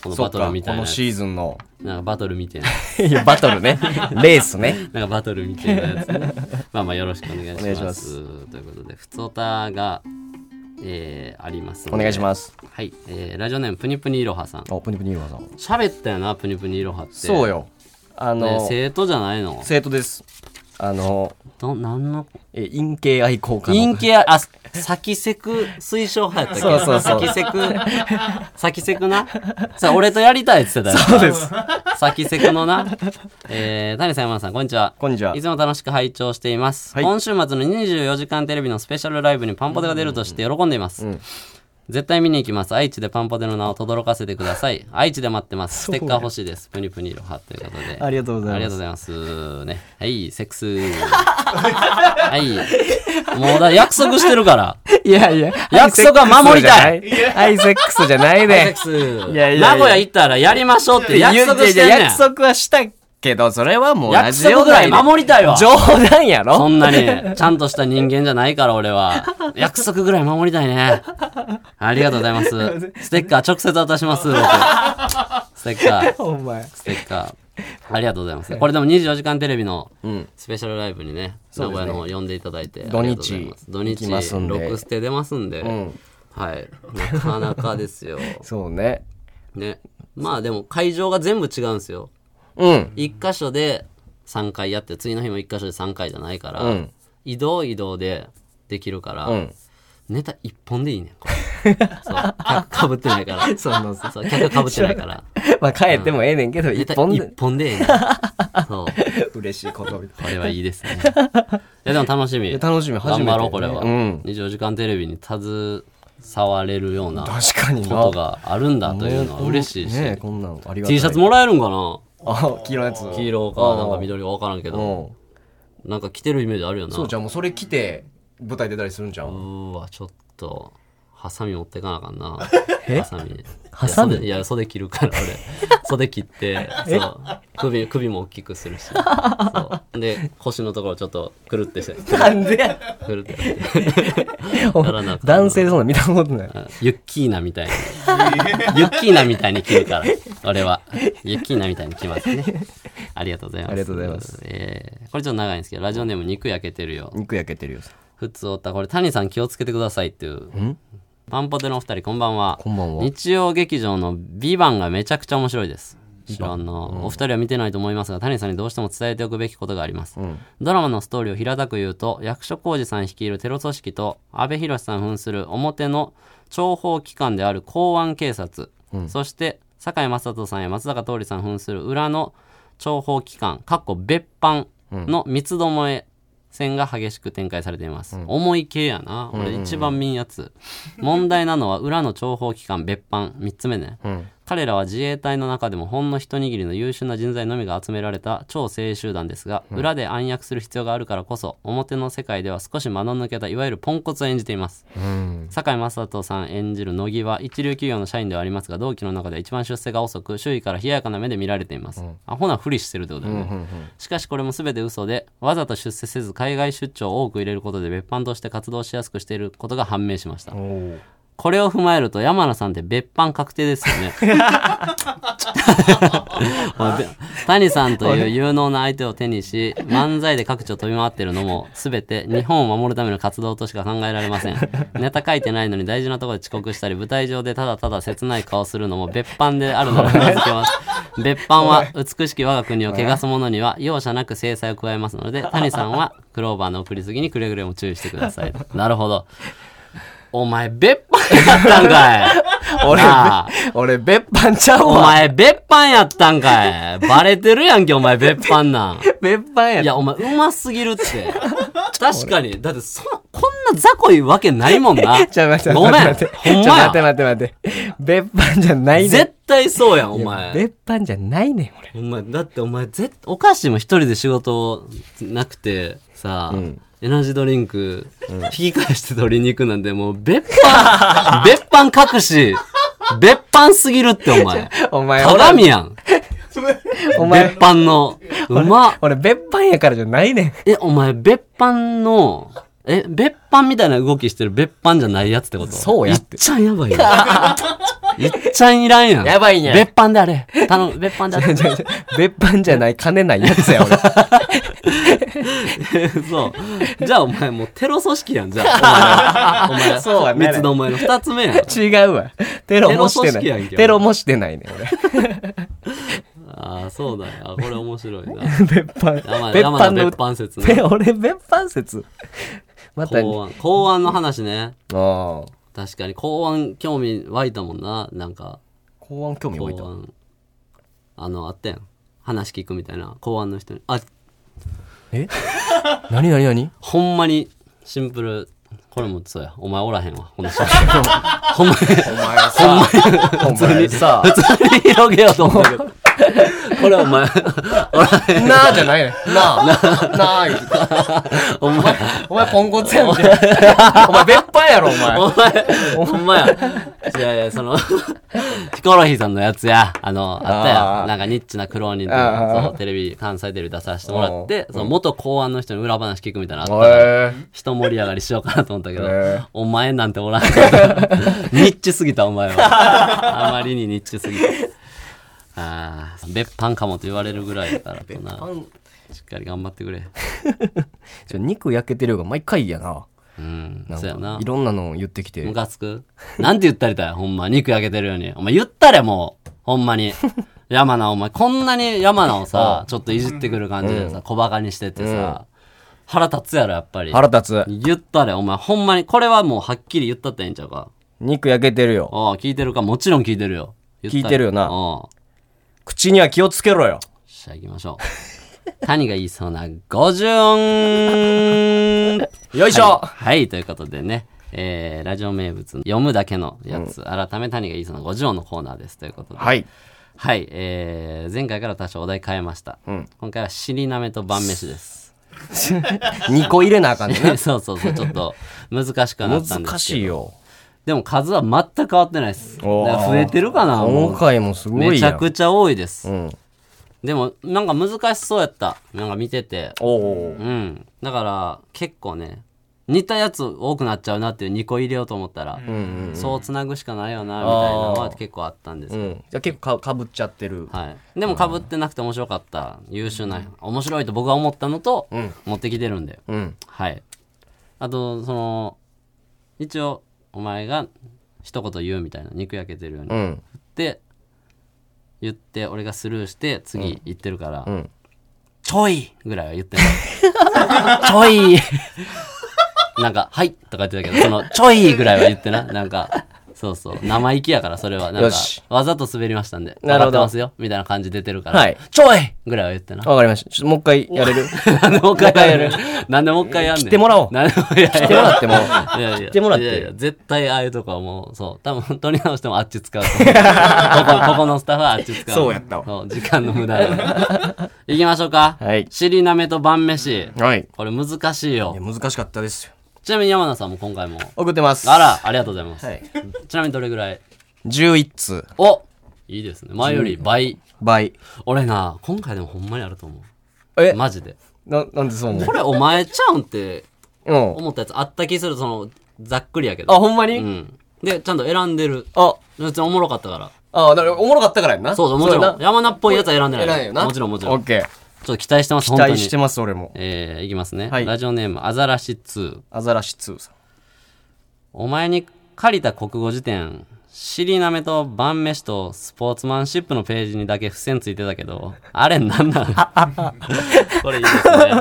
Speaker 1: この
Speaker 2: そ
Speaker 1: バ
Speaker 2: っ
Speaker 1: トル
Speaker 2: か、
Speaker 1: み
Speaker 2: こ
Speaker 1: たいな
Speaker 2: の
Speaker 1: やつ
Speaker 2: シーズン の。
Speaker 1: なんかバトルみたいない
Speaker 2: やバトル ね。レースね。
Speaker 1: なんかバトルみたいなやつ ねまあまあよろしくお願いします
Speaker 2: お願いします
Speaker 1: ということで「ふつおたが」えーありますので
Speaker 2: お願いします。
Speaker 1: はい、えーラジオネームプニプニいろはさん
Speaker 2: あ、プニプニユーマさん。
Speaker 1: 喋ったよなプニプニいろはって
Speaker 2: そう
Speaker 1: よ、
Speaker 2: よ。あ
Speaker 1: ね
Speaker 2: の、
Speaker 1: 生徒じゃないの
Speaker 2: 生徒です。あの、
Speaker 1: ど何の
Speaker 2: え陰形愛好家の。
Speaker 1: 陰形あ先セク推奨派やったっけ
Speaker 2: そうそうそう
Speaker 1: 先セク先セクなさあ俺とやりたいって言ってた
Speaker 2: そ
Speaker 1: よ
Speaker 2: うです。
Speaker 1: 先セクの な、えー、谷さん山田さんこんにちは。
Speaker 2: こんにちはい
Speaker 1: つも楽しく拝聴しています、
Speaker 2: はい
Speaker 1: 今週末の24時間テレビのスペシャルライブにパンポテが出ると知って喜んでいます、
Speaker 2: うん
Speaker 1: 絶対見に行きます愛知でパンポテの名を轟かせてください愛知で待ってますステッカー欲しいですプニプニロハということで
Speaker 2: ありがとうござ
Speaker 1: あ
Speaker 2: い
Speaker 1: り
Speaker 2: ま
Speaker 1: が
Speaker 2: す。
Speaker 1: とうございます。ね。はい、セックス。 はい。もうだ、約束してる から。
Speaker 2: いやいや、
Speaker 1: 約束は守りたい
Speaker 2: い。アイセックスじゃない
Speaker 1: セッ
Speaker 2: で
Speaker 1: ク。ス。
Speaker 2: いやいやいや
Speaker 1: 名古屋行ったらやりましょうって約束してん
Speaker 2: いや
Speaker 1: ねん。
Speaker 2: いや
Speaker 1: 約
Speaker 2: 約束はしたけど、それはもうラジオ
Speaker 1: 束ぐらい守りたいわ。
Speaker 2: 冗談や
Speaker 1: そ
Speaker 2: ろ
Speaker 1: んな に、ちゃんとした人間じゃないから俺は。約束ぐらい守りたいね。ありがとうございます。ステッカー直接渡します。僕ステッカー。
Speaker 2: お前。
Speaker 1: ステッカー。ありがとうございます。これでも24時間テレビの
Speaker 2: うん。
Speaker 1: スペシャルライブにね、
Speaker 2: そ
Speaker 1: 名
Speaker 2: う
Speaker 1: 古
Speaker 2: です
Speaker 1: 屋
Speaker 2: ね
Speaker 1: の方呼んでいただいて、
Speaker 2: 土日
Speaker 1: ありがとうございます土
Speaker 2: 行きますん
Speaker 1: 日、
Speaker 2: で
Speaker 1: ロクステ出ますんで、
Speaker 2: ん
Speaker 1: はい、なかなかですよ。
Speaker 2: そうね。
Speaker 1: ね。まあでも会場が全部違うんですよ。
Speaker 2: うん。
Speaker 1: 一箇所で3回やって、次の日も一箇所で3回じゃないから、
Speaker 2: うん
Speaker 1: 移動移動でできるから、
Speaker 2: うん。
Speaker 1: ネタ1本でいいねん、これ。そう、客かぶってないから。
Speaker 2: そうそうそう。
Speaker 1: そう、客かぶってないから。
Speaker 2: まあ帰ってもええねんけど、
Speaker 1: ネ
Speaker 2: 一
Speaker 1: タ
Speaker 2: 本
Speaker 1: 1
Speaker 2: で。
Speaker 1: 本でええねん。そう。
Speaker 2: 嬉しいこと。
Speaker 1: これはいいですね。いや、でも楽しみ。
Speaker 2: いや楽しみ、初め
Speaker 1: 頑
Speaker 2: て。
Speaker 1: 張ろうこれは、
Speaker 2: うん。
Speaker 1: 24時間テレビに携われるようなこ
Speaker 2: 確かにな。
Speaker 1: とがあるんだというのは嬉しいし、
Speaker 2: ねえこんなんありがたい。
Speaker 1: T シャツもらえるんかな
Speaker 2: あ、黄色いやつ。
Speaker 1: 黄色かなんか緑か分からんけ
Speaker 2: う
Speaker 1: ど
Speaker 2: ん。
Speaker 1: なんか着てるイメージあるよな
Speaker 2: そうじゃん、もうそれ着て、舞台出たりするんじゃ。
Speaker 1: うんーわちょっとハサミ持ってかなあかん な
Speaker 2: え
Speaker 1: ハサミ
Speaker 2: ハサミ
Speaker 1: いや袖いや袖切るから俺 袖切ってそう首首も大きくするしそうで腰のところちょっとくるってして
Speaker 2: なんでや
Speaker 1: くるってらなあかんな
Speaker 2: 男性でそんな見たことない。
Speaker 1: ユッキーナみたいに。ユッキーナみたいに着るから、俺は。ユッキーナみたいに着ますね。ありがとうございます。
Speaker 2: ありがとうございます。
Speaker 1: えーこれちょっと長いんですけど、ラジオネーム肉焼けてるよ。
Speaker 2: 肉焼けてるよ。
Speaker 1: 普通おったこれ谷さん気をつけてくださいっていうんパンポテのお二人こんばんは
Speaker 2: こんばんは
Speaker 1: 日曜劇場の「ビバンがめちゃくちゃ面白いです知らんな、お二人は見てないと思いますが谷さんにどうしても伝えておくべきことがあります、ドラマのストーリーを平たく言うと役所広司さん率いるテロ組織と阿部寛さん扮する表の諜報機関である公安警察、そして堺雅人さんや松坂桃李さん扮する裏の諜報機関かっこ別班の三つどもえ戦が激しく展開されています、重い系やな俺一番見んやつ、問題なのは裏の諜報機関別班3つ目ね、彼らは自衛隊の中でもほんの一握りの優秀な人材のみが集められた超精鋭集団ですが、裏で暗躍する必要があるからこそ表の世界では少し間の抜けたいわゆるポンコツを演じています、堺雅人さん演じる乃木は一流企業の社員ではありますが同期の中では一番出世が遅く周囲から冷ややかな目で見られています、アホなふりしてるってことだよね、しかしこれも全て嘘でわざと出世せず海外出張を多く入れることで別班として活動しやすくしていることが判明しましたこれを踏まえると山名さんって別班確定ですよねおいべ谷さんという有能な相手を手にし漫才で各地を飛び回ってるのも全て日本を守るための活動としか考えられませんネタ書いてないのに大事なところで遅刻したり舞台上でただただ切ない顔するのも別班であるなら気づけます別班は美しき我が国を汚す者には容赦なく制裁を加えますので谷さんはクローバーの送りすぎにくれぐれも注意してくださいなるほどお前、別班やったんかい
Speaker 2: 俺
Speaker 1: なあ、
Speaker 2: 俺、別班ちゃう
Speaker 1: お
Speaker 2: わ。
Speaker 1: 前、別班やったんかいバレてるやんけ、お前、別班 なん。
Speaker 2: 別班や
Speaker 1: いや、お前、うますぎ るって。確かに。だって、そ、こんな雑魚いわけないもん な。
Speaker 2: ちょ、待って、
Speaker 1: ごめん。
Speaker 2: 待って、
Speaker 1: ほん
Speaker 2: ちょ、
Speaker 1: ま
Speaker 2: 待って、
Speaker 1: や。
Speaker 2: 待って、待って。別班じゃないねん。
Speaker 1: 絶対そうやん、お前。
Speaker 2: 別班じゃないねん、俺。
Speaker 1: お前、だってお前、ぜお菓子も一人で仕事なくて、さ、エナジードリンク、引き返して取りに行くなんて、もう、別 班、別班隠し、別班すぎるって、お前。
Speaker 2: お前、
Speaker 1: 鏡やん。
Speaker 2: お前
Speaker 1: 別、班の。うま。
Speaker 2: 俺、別班やからじゃないねん。
Speaker 1: え、お前、別班の、え、別班みたいな動きしてる別班じゃないやつってこと
Speaker 2: そうやって
Speaker 1: いっちゃんやば いやん。いっちゃんいらんやん。
Speaker 2: やばいね
Speaker 1: 別班であれ。頼む、別班で あれ。
Speaker 2: 別班じゃない、金ないやつや、俺。
Speaker 1: そう。じゃあお前もうテロ組織やん、じゃ あ。お前、お前
Speaker 2: そうやね
Speaker 1: 三つのお前の二つ目やん。
Speaker 2: 違うわ。テロもしてな
Speaker 1: テロ組織やん
Speaker 2: い。
Speaker 1: け
Speaker 2: テロもしてないねん、俺。
Speaker 1: ああ、そうだよ。あこれ面白いな。
Speaker 2: 別班
Speaker 1: 山。
Speaker 2: 別
Speaker 1: 山
Speaker 2: 班
Speaker 1: の
Speaker 2: の
Speaker 1: 別。班説ね。
Speaker 2: で俺、別班説。また、
Speaker 1: 公安、公安の話ね。
Speaker 2: ああ。
Speaker 1: 確かに公安興味湧いたもんな。なんか。
Speaker 2: 公安興味湧いた
Speaker 1: 公。安あのあったやん話聞くみたいな公安の人にあ
Speaker 2: え何何何
Speaker 1: ほんまにシンプルこれもそうやお前おらへんわこの人ほんまに
Speaker 2: お前さ、お前さ、
Speaker 1: 普通に広げようと思ったけどこれお前
Speaker 2: なあじゃないね。なあ、なあ言ってた、
Speaker 1: お前
Speaker 2: お前ポンコツ やんけ。お前別班やろ、お前。
Speaker 1: お前ほんまやいやいやそのヒコロヒーさんのやつやあのあった
Speaker 2: あ
Speaker 1: や
Speaker 2: ー
Speaker 1: なんかニッチな苦労人と
Speaker 2: あ
Speaker 1: か
Speaker 2: ー
Speaker 1: そうテレビ関西テレビ出させてもらってその元公安の人に裏話聞くみたいなのあったやん
Speaker 2: へ
Speaker 1: 人盛り上がりしようかなと思ったけど、
Speaker 2: へえ
Speaker 1: お前なんておらんニッチすぎたお前はあまりにニッチすぎたああ別班かもと言われるぐらいだからとなしっかり頑張ってくれ
Speaker 2: ちょ肉焼けてるが毎回やな。
Speaker 1: うん
Speaker 2: なん
Speaker 1: そうや
Speaker 2: か
Speaker 1: ない
Speaker 2: ろんなの言ってきて
Speaker 1: ム。カつくなんて言ったりだよほんま肉焼けてるようにお前言ったれもうほんまに山名お前こんなに山名をさちょっといじってくる感じでさ小バカにしてってさ、腹立つやろやっぱり
Speaker 2: 腹立つ。
Speaker 1: 言ったれお前ほんまにこれはもうはっきり言ったってええんちゃうか
Speaker 2: 肉焼けてるよ。
Speaker 1: ああ、聞いてるか。もちろん聞いてるよ。言った
Speaker 2: 聞いてるよな
Speaker 1: うん。
Speaker 2: 口には気をつけろよ。
Speaker 1: じゃあ行きましょう。 谷が言いそうな50音
Speaker 2: よいしょ
Speaker 1: はい、ということでね、えー、ラジオ名物、読むだけのやつ、改め谷が言いそうな50音のコーナーです。ということで。
Speaker 2: はい。
Speaker 1: はい、えー、前回から多少お題変えました。今回は尻なめと晩飯です。
Speaker 2: 2個入れなあかんねん な。
Speaker 1: そうそうそう、ちょっと難しくはなったんですけど。
Speaker 2: 難しいよ。
Speaker 1: でも数は全く変わってないです。だか
Speaker 2: おー
Speaker 1: ら増えてるかなもう
Speaker 2: 今回もすご
Speaker 1: め
Speaker 2: い
Speaker 1: ちゃ
Speaker 2: やん。
Speaker 1: くちゃ多いです。
Speaker 2: ん
Speaker 1: でも、なんか難しそうやった。なんか見てて。
Speaker 2: おお。
Speaker 1: うん。だから、結構ね、似たやつ多くなっちゃうなっていう2個入れようと思ったら、そうつなぐしかないよな、みたいなのは結構あったんです
Speaker 2: う
Speaker 1: よ。
Speaker 2: ん。じゃあ結構かかぶっちゃってる。
Speaker 1: はい、でもかぶってなくて面白かった優秀な面白いと僕が思ったのと、持ってきてるんで、
Speaker 2: うん。
Speaker 1: はいあと、その、一応、お前が一言言うみたいな、肉焼けてるように。
Speaker 2: うん
Speaker 1: で、言って、俺がスルーして、次言ってるから、
Speaker 2: うん
Speaker 1: ちょいぐらいは言っ てない。ちょいなんか、はいとか言ってたけど、その、ちょいぐらいは言ってな。なんか、そうそう。生意気やから、それは。なん
Speaker 2: よ
Speaker 1: か
Speaker 2: し、
Speaker 1: わざと滑りましたんで。
Speaker 2: なるほど
Speaker 1: わかってますよ。みたいな感じ出てるから。
Speaker 2: はいちょい
Speaker 1: ぐらいは言ってな。
Speaker 2: わかりましたちょっともう一回やれる
Speaker 1: なんでもう一回やる。なんでもう一回やんねん。
Speaker 2: 切ってもらおう
Speaker 1: なんでも いやいや
Speaker 2: 来てもらっても
Speaker 1: いやいや
Speaker 2: 来てもらって
Speaker 1: いやいや絶対ああいうとこはもう、そう。多分、取り直してもあっち使うと思う。 ここ、ここのスタッフはあっち使う。
Speaker 3: そうやったわ
Speaker 1: そう時間の無駄や。行きましょうか。
Speaker 2: はい
Speaker 1: 尻なめと晩飯。
Speaker 2: はい
Speaker 1: これ難しいよ
Speaker 3: いや。難しかったですよ
Speaker 1: ちなみに山名さんも今回も。
Speaker 2: 送ってます
Speaker 1: あら、ありがとうございます。
Speaker 2: はい
Speaker 1: ちなみにどれぐらい
Speaker 2: 11通
Speaker 1: おいいですね。前より倍。
Speaker 2: 倍
Speaker 1: 俺な、今回でもほんまにあると思
Speaker 2: え
Speaker 1: う。マジで。
Speaker 2: ななんでそう思う
Speaker 1: これお前ちゃうんって
Speaker 2: うん
Speaker 1: 思ったやつあった気する、その、ざっくりやけ
Speaker 2: あ
Speaker 1: ど。
Speaker 2: ほんまに、
Speaker 1: うん。で、ちゃんと選んでる。
Speaker 2: あ
Speaker 1: 別におもろかったから。
Speaker 2: あだからおもろかったからやんな
Speaker 1: そうそう、もち
Speaker 2: や
Speaker 1: ろ
Speaker 2: な
Speaker 1: ん。山名っぽいやつは選んでない。
Speaker 2: 選んよな
Speaker 1: もちろんもちろ
Speaker 2: オ
Speaker 1: ん。
Speaker 2: ッ
Speaker 1: ち
Speaker 2: ケー
Speaker 1: ょっと期待してます、
Speaker 2: 期
Speaker 1: 本当に。
Speaker 2: 待してます俺も
Speaker 1: えー、いきますね。
Speaker 2: はい
Speaker 1: ラジオネーム、アザラシ2。
Speaker 2: アザラシ2さん
Speaker 1: お前に借りた国語辞典、尻なめと晩飯とスポーツマンシップのページにだけ付箋ついてたけ ど、あれなんなんこれいいですね。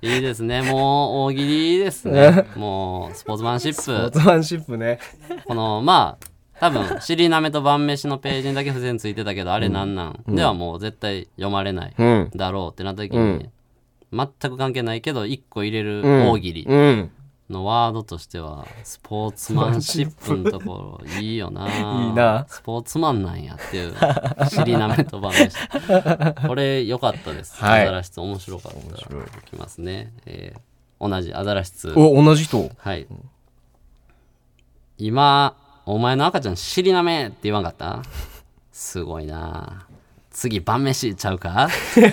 Speaker 1: いいですね。もう大喜利ですね。もうスポーツマンシ
Speaker 2: オ
Speaker 1: ッ
Speaker 2: ー
Speaker 1: プ。
Speaker 2: トマンシップね
Speaker 1: この、まあ、多分、尻なめと晩飯のページにだけ付箋ついてたけど、あれなんなん、ではもう絶対読まれない
Speaker 2: うん
Speaker 1: だろうってなった時に、
Speaker 2: うん
Speaker 1: 全く関係ないけど、1個入れる
Speaker 2: うん
Speaker 1: 大喜利。
Speaker 2: うん
Speaker 1: のワードとしてはスポーツマンシップのところいいよな
Speaker 2: いいな
Speaker 1: スポーツマンなんやっていう尻なめとばめしこれ良かったです、
Speaker 2: はい
Speaker 1: アザラシツ面白かった
Speaker 2: 白い
Speaker 1: きますね、えー同じアザラシツ
Speaker 2: お同じ人
Speaker 1: はい今お前の赤ちゃん尻なめって言わんかった すごいな次晩飯ちゃ うかこれ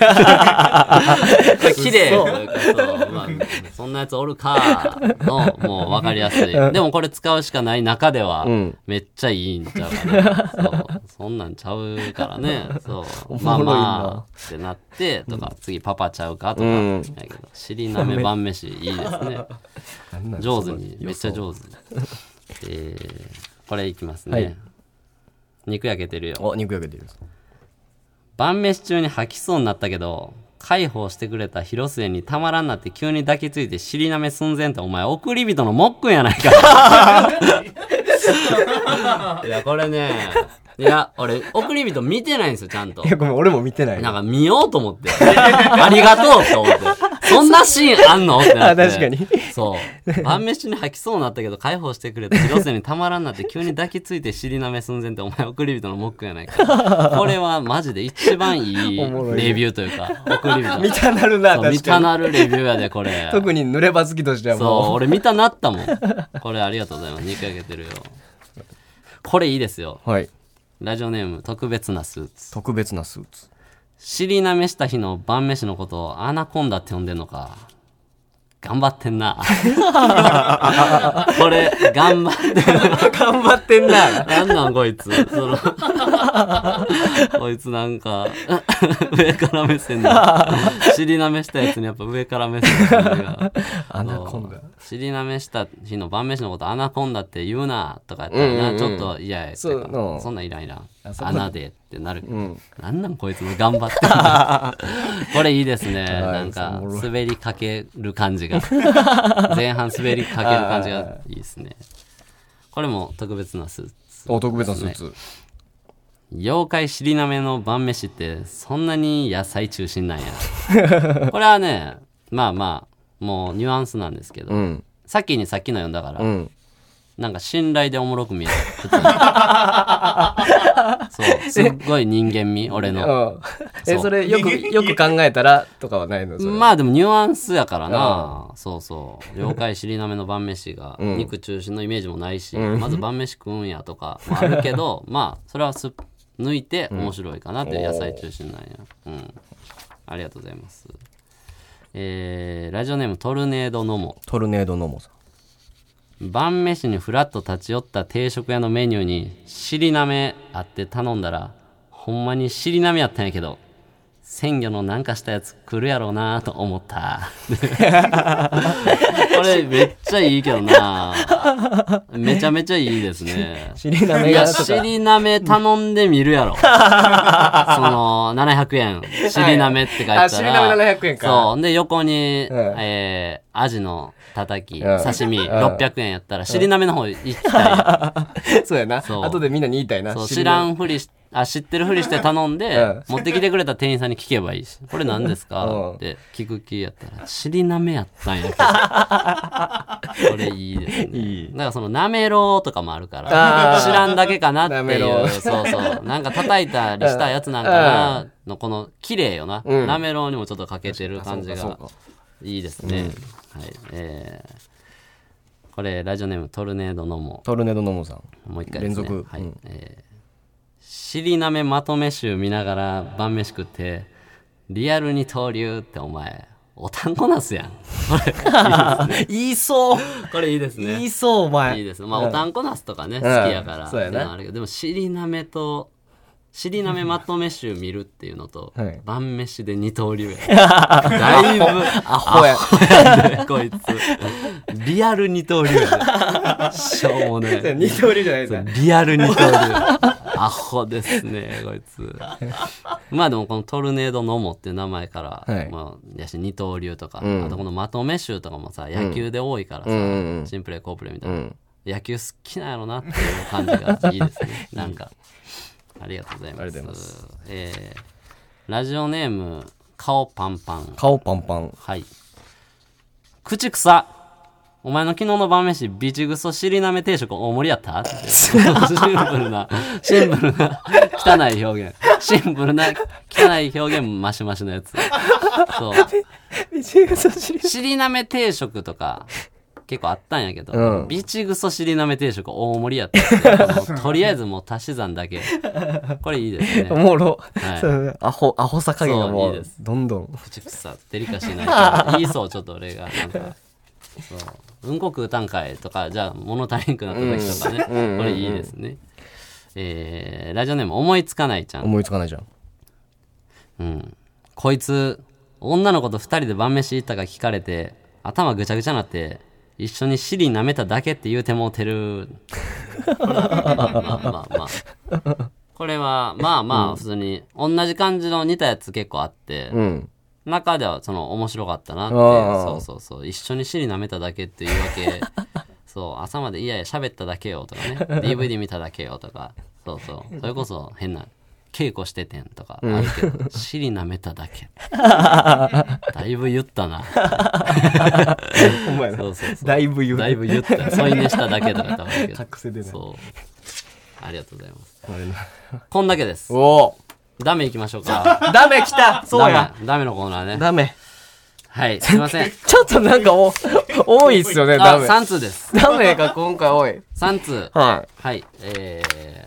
Speaker 1: 綺麗ということまあそんなやつおるかのもう分かりやすいでもこれ使うしかない中では、
Speaker 2: ん
Speaker 1: めっちゃいいんちゃうかなそうそんなんちゃうからねそうまあ
Speaker 2: もろいな
Speaker 1: まあってなってとか、次パパちゃうかとか、
Speaker 2: うん
Speaker 1: やけど尻なめ晩飯いいですね
Speaker 2: なんなん
Speaker 1: 上手にめっちゃ上 手えー、これいきますね、
Speaker 2: はい
Speaker 1: 肉焼けてるよ
Speaker 2: お肉焼けてる
Speaker 1: 晩飯中に吐きそうになったけど介抱してくれた広末にたまらんなって急に抱きついて尻なめ寸前ってお前送り人のもっくんやないか いやこれねいや俺送り人見てないんですよちゃんと
Speaker 2: いやごめん俺も見てない
Speaker 1: なんか見ようと思ってありがとうって思ってそんなシーンあんのってなって
Speaker 2: あ確かに
Speaker 1: そう晩飯に吐きそうになったけど解放してくれた広瀬にたまらんなって急に抱きついて尻なめ寸前ってお前送り人のモックやないかこれはマジで一番いい
Speaker 2: おもろい
Speaker 1: レビューというか送り人
Speaker 2: 見たなるな
Speaker 1: そう見
Speaker 2: 確
Speaker 1: た
Speaker 2: かに
Speaker 1: なるレビューやでこれ
Speaker 2: 特に濡れ場好きとしては
Speaker 1: そう
Speaker 2: も
Speaker 1: 俺見たなったもんこれありがとうございます肉焼けてるよこれいいですよ
Speaker 2: うはい
Speaker 1: ラジオネーム特別なスーツ
Speaker 2: 特別なスーツ
Speaker 1: 尻なめした日の晩飯のことをアナコンダって呼んでんのか。頑張って んな。これ、頑張ってる。
Speaker 2: 頑張ってんな
Speaker 1: なんなんこいつ。その こいつなんか、上から目線だ。尻なめしたやつにやっぱ上から目線だから。
Speaker 2: アナコンダ
Speaker 1: 尻なめした日の晩飯のことアナコンダって言うなとかやったらな、
Speaker 2: うんうんうん
Speaker 1: ちょっと嫌やった
Speaker 2: そう
Speaker 1: か
Speaker 2: うん
Speaker 1: そんなんいらんいらん
Speaker 2: あそこ
Speaker 1: 穴でってなる、
Speaker 2: ん
Speaker 1: なんなんこいつも頑張ってんなこれいいですねなんか
Speaker 2: おもろい
Speaker 1: 滑りかける感 じが前半滑りかける感じがいいですねこれも特別なスーツ
Speaker 2: お特別なスーツ
Speaker 1: 妖怪尻なめの晩飯ってそんなに野菜中心なんや これはねまあまあもうニュアンスなんですけど、
Speaker 2: うん
Speaker 1: 先にさっきの読んだから、
Speaker 2: うん
Speaker 1: なんか信頼でおもろく 見える。普通にそう、すっごい人間味、俺
Speaker 2: う
Speaker 1: の。
Speaker 2: んえそれよくよく考えたらとかはないのそれ
Speaker 1: まあでもニュアンスやからな。そうそう。妖怪尻なめの晩飯 が、肉中心のイメージもないし、まず晩飯食うんやとかもあるけ ど、まあ、それはすっ抜いて面白いかなっていう野菜中心なんや。うん。ありがとうございます。えー、ラジオネームトルネードノモ。
Speaker 2: トルネードノモさん
Speaker 1: 晩飯にふらっと立ち寄った定食屋のメニューに尻なめあって頼んだらほんまに尻なめやったんやけど鮮魚のなんかしたやつ来るやろうなと思った。 これめっちゃいいけどなめちゃめちゃいいですね。
Speaker 2: 尻なめ
Speaker 1: い
Speaker 2: が
Speaker 1: や、
Speaker 2: とか。
Speaker 1: 尻なめ頼んでみ るやろ。その、700円、尻なめって書いてたら。
Speaker 2: あ尻なめ700円か
Speaker 1: そう。で、横に、
Speaker 2: うん
Speaker 1: えー、アジのたたき、
Speaker 2: うん
Speaker 1: 刺身、
Speaker 2: うん
Speaker 1: 600円やったら、尻なめの方行きた い。
Speaker 2: そうやな。
Speaker 1: そう
Speaker 2: 後でみんなに言いたいな。
Speaker 1: そう、
Speaker 2: 尻
Speaker 1: 知
Speaker 2: な
Speaker 1: らんふりし、あ、知ってるふりして 頼んで、
Speaker 2: うん
Speaker 1: 持ってきてくれた店員さんに聞けばいい し、これ何ですか、
Speaker 2: うん
Speaker 1: って聞く気やったら、尻なめやったんやけ ど。これいいですね。
Speaker 2: いい
Speaker 1: だからその、なめろうとかもあるから
Speaker 2: あ、ー
Speaker 1: 知らんだけかなって
Speaker 2: なめろ
Speaker 1: いうう。そうそう。なんか叩いたりしたやつなんかな、のこの、綺麗よな。
Speaker 2: うん
Speaker 1: なめろうにもちょっと欠けてる感じ
Speaker 2: そうか
Speaker 1: が
Speaker 2: そうか、
Speaker 1: いいですね。はい。えーこれ、ラジオネームトルネードのも。
Speaker 2: トルネードのもさん。
Speaker 1: もう一回で
Speaker 2: 連
Speaker 1: す、ね、
Speaker 2: 続
Speaker 1: はい、
Speaker 2: うん
Speaker 1: えー尻なめまとめ集見ながら晩飯食ってリアルに登竜ってお前おたんこな すやんこれ
Speaker 2: 言いそう。
Speaker 1: これいいです
Speaker 2: 言
Speaker 1: ね
Speaker 2: いそう、お前。
Speaker 1: いいですねまあおたんこなすとかね、好きやから
Speaker 2: そうやな
Speaker 1: っていうのはあるけどでも尻なめと尻なめまとめ集見るっていうのと、
Speaker 2: はい
Speaker 1: 晩飯で二刀 流やだいぶ
Speaker 2: アホや。
Speaker 1: でこいつリアル二刀流やでしょうもねえ
Speaker 2: 二刀流じゃない ですか。
Speaker 1: リアルに通る。 アホですね、こい つ。まあでもこのトルネードノモっていう名前から、
Speaker 2: はい
Speaker 1: まあ、やし二刀流とか、
Speaker 2: うん
Speaker 1: あとこのまとめ集とかもさ、野球で多いからさ、
Speaker 2: うんうんうん
Speaker 1: シンプレー、コープレーみたいうな、
Speaker 2: ん。
Speaker 1: 野球好きなんやろなっていう感じ がいいですね。なんか、ありがとうございます。
Speaker 2: ありがとうござい
Speaker 1: えーラジオネーム、顔パンパン。
Speaker 2: 顔パンパ ン。
Speaker 1: はい。口臭お前の昨日の晩飯、ビチグソ尻なめ定食大盛りやったって。シンプルな、シンプルな、汚い表現。シンプルな、汚い表現マシマシのやつ。そう。
Speaker 2: ビジュアル尻。
Speaker 1: 尻なめ定食とか、結構あったんやけど、
Speaker 2: うん
Speaker 1: ビチグソ尻なめ定食大盛りやったってもうとりあえずもう足し算だけ。これいいです
Speaker 2: お
Speaker 1: ね。
Speaker 2: もろ
Speaker 1: はい。
Speaker 2: そうアホ、アホさ加減がも
Speaker 1: そういいうです、
Speaker 2: どんどん。
Speaker 1: 口臭デリカシーないから言いそうちょっと俺がなんかそううんこ食うたんかいとかじゃあ物足りんくなった時とかね、
Speaker 2: うん
Speaker 1: これいいですね、えーラジオネーム思いつかないちゃん、
Speaker 2: 思いつかないじゃん。
Speaker 1: うん、こいつ女の子と2人で晩飯行ったか聞かれて頭ぐちゃぐちゃなって一緒に尻舐めただけって言うてもう てるまあまあまあこれはまあまあ普通に同じ感じの似たやつ結構あって、
Speaker 2: うん。
Speaker 1: 中ではその面白かったなって
Speaker 2: ああ
Speaker 1: そうそうそう一緒に尻舐めただけっていうわ けそう朝までいやいや喋っただけよとかね DVD 見ただけよとかそうそうそれこそ変な稽古しててんとかあるけど、尻舐めた だけだいぶ言ったな
Speaker 2: お前
Speaker 1: そうそうそう
Speaker 2: だいぶ言う。
Speaker 1: だいぶ言った添い寝しただけとか多分あるけど
Speaker 2: 隠せてない
Speaker 1: そうありがとうございます
Speaker 2: あれな
Speaker 1: こんだけです
Speaker 2: お
Speaker 1: ダメいきましょうか
Speaker 2: お。ダメ来たそうや。
Speaker 1: ダメダメのコーナーね
Speaker 2: ダメ。
Speaker 1: はいすいません
Speaker 2: ちょっとなん かお、多いっすよね、ダ
Speaker 1: あ
Speaker 2: メ。
Speaker 1: 3通です
Speaker 2: ダメが今回多い。
Speaker 1: 3通
Speaker 2: は
Speaker 1: はい、え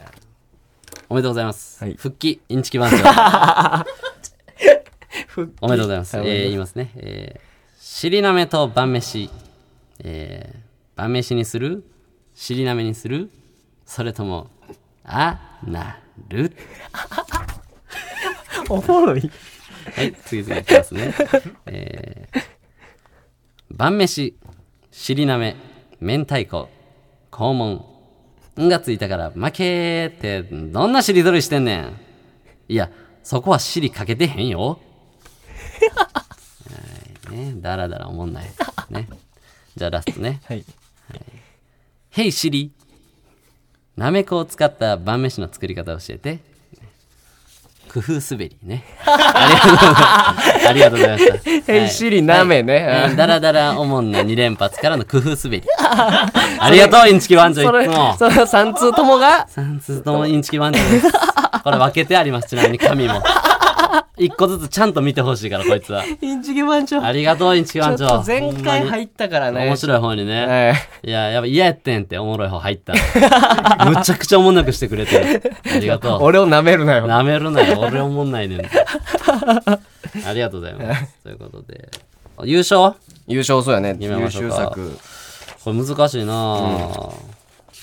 Speaker 1: ー、おめでとうございます。
Speaker 2: はい
Speaker 1: 復帰インチキ番長。
Speaker 2: い。ふ
Speaker 1: おめでとうございます。え
Speaker 2: はい
Speaker 1: ー、言いますね。えー、尻なめと晩飯。えー、晩飯にする尻なめにするそれとも、あ、なる
Speaker 2: おもろい。
Speaker 1: はい、次々いきますね。えー、晩飯、尻なめ、明太子、肛門、んがついたから負けーって、どんなしりとりしてんねん。いや、そこは尻かけてへんよ。 はいね、だらだらおもんない。ね。じゃあラストね。
Speaker 2: はい。
Speaker 1: ヘイシリなめこを使った晩飯の作り方を教えて工夫すべり ねありがとうございますありがとうございました
Speaker 2: ヘイシリなめね
Speaker 1: はいうんだらだらおもんな2連発からの工夫すべり ありがとうインチキ番長い
Speaker 2: それ、
Speaker 1: つ
Speaker 2: そ
Speaker 1: も
Speaker 2: の3通ともが、
Speaker 1: 3通ともインチキ番長ですこれ分けてありますちなみに紙も1個ずつちゃんと見てほしいからこいつは
Speaker 2: インチキ番長。
Speaker 1: ありがとうインチキ
Speaker 2: ちょ
Speaker 1: 番
Speaker 2: っ
Speaker 1: 長
Speaker 2: と前回
Speaker 1: ほんま
Speaker 2: 入ったから
Speaker 1: に
Speaker 2: ね。
Speaker 1: 面白い方にね、
Speaker 2: はい。
Speaker 1: いや、やっぱ嫌やってんっておもろい方入った。 むちゃくちゃおもんなくしてくれて。ありがと
Speaker 2: 俺を舐めるな
Speaker 1: う。
Speaker 2: よ。
Speaker 1: なめるなよ、俺おもんないねん。ありがとうございます。ということで。優勝
Speaker 2: 優勝そうやね。
Speaker 1: 決めま
Speaker 2: 優
Speaker 1: しょ
Speaker 2: 秀
Speaker 1: うか
Speaker 2: 作。
Speaker 1: これ難しいなぁ、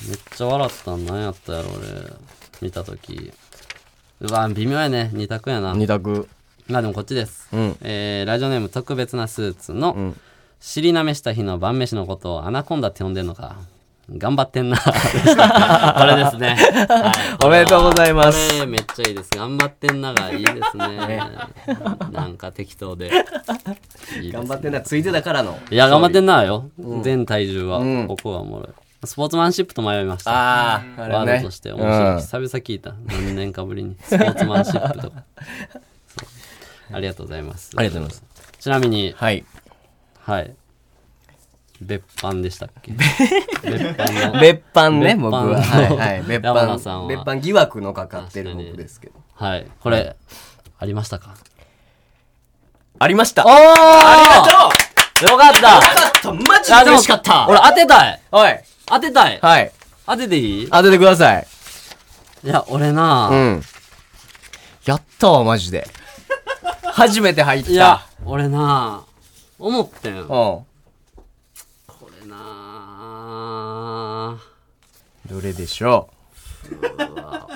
Speaker 1: めっちゃ笑ったん何やったやろ、俺。見たとき。うわ、微妙やね。二択やな。
Speaker 2: 二択。
Speaker 1: まあでもこっちです。
Speaker 2: うん
Speaker 1: えーラジオネーム特別なスーツの、尻なめした日の晩飯のことをアナコンダって呼んでんのか。頑張ってん な。でしたこれですね。はい
Speaker 2: おめでとうございます。
Speaker 1: これめっちゃいいです。頑張ってんながいいですね。なんか適当で。いいです
Speaker 2: 頑張ってんな、ついてたからの。
Speaker 1: いや、頑張ってんなよ。全体重は。ここはおもろい。スポーツマンシップと迷いました。
Speaker 2: ああ、
Speaker 1: ワ
Speaker 2: あ
Speaker 1: ー
Speaker 2: れ
Speaker 1: ド
Speaker 2: ね
Speaker 1: として面白い。
Speaker 2: うん
Speaker 1: 久々聞いた。何年かぶりに。スポーツマンシップとか。そうありがとうございます。
Speaker 2: ありがとうございます。
Speaker 1: ます。ちなみに、
Speaker 2: はい。
Speaker 1: はい。別班でしたっけ 別班の。
Speaker 2: 別班ね、僕は。
Speaker 1: 別
Speaker 2: は
Speaker 1: 班
Speaker 2: い
Speaker 1: の
Speaker 2: はい。別
Speaker 1: 山田さんは
Speaker 2: 班、別班疑惑のかかってる
Speaker 1: 確かに
Speaker 2: 僕ですけど。
Speaker 1: はい。これ、ありましたか
Speaker 2: ありました。
Speaker 1: おー
Speaker 2: あ
Speaker 1: あ
Speaker 2: り
Speaker 1: りがとうよかった
Speaker 2: がとうマジ
Speaker 1: あ
Speaker 2: で嬉しかった
Speaker 1: 俺当てたい
Speaker 2: おい
Speaker 1: 当てたい
Speaker 2: はい。
Speaker 1: 当てていいい
Speaker 2: 当ててください。
Speaker 1: や、俺
Speaker 2: う
Speaker 1: な、
Speaker 2: ん。やったわ、マジで。初めて入った。
Speaker 1: いや、俺な、思ってん。
Speaker 2: うん。
Speaker 1: こ
Speaker 2: ど
Speaker 1: れな、
Speaker 2: れでしょ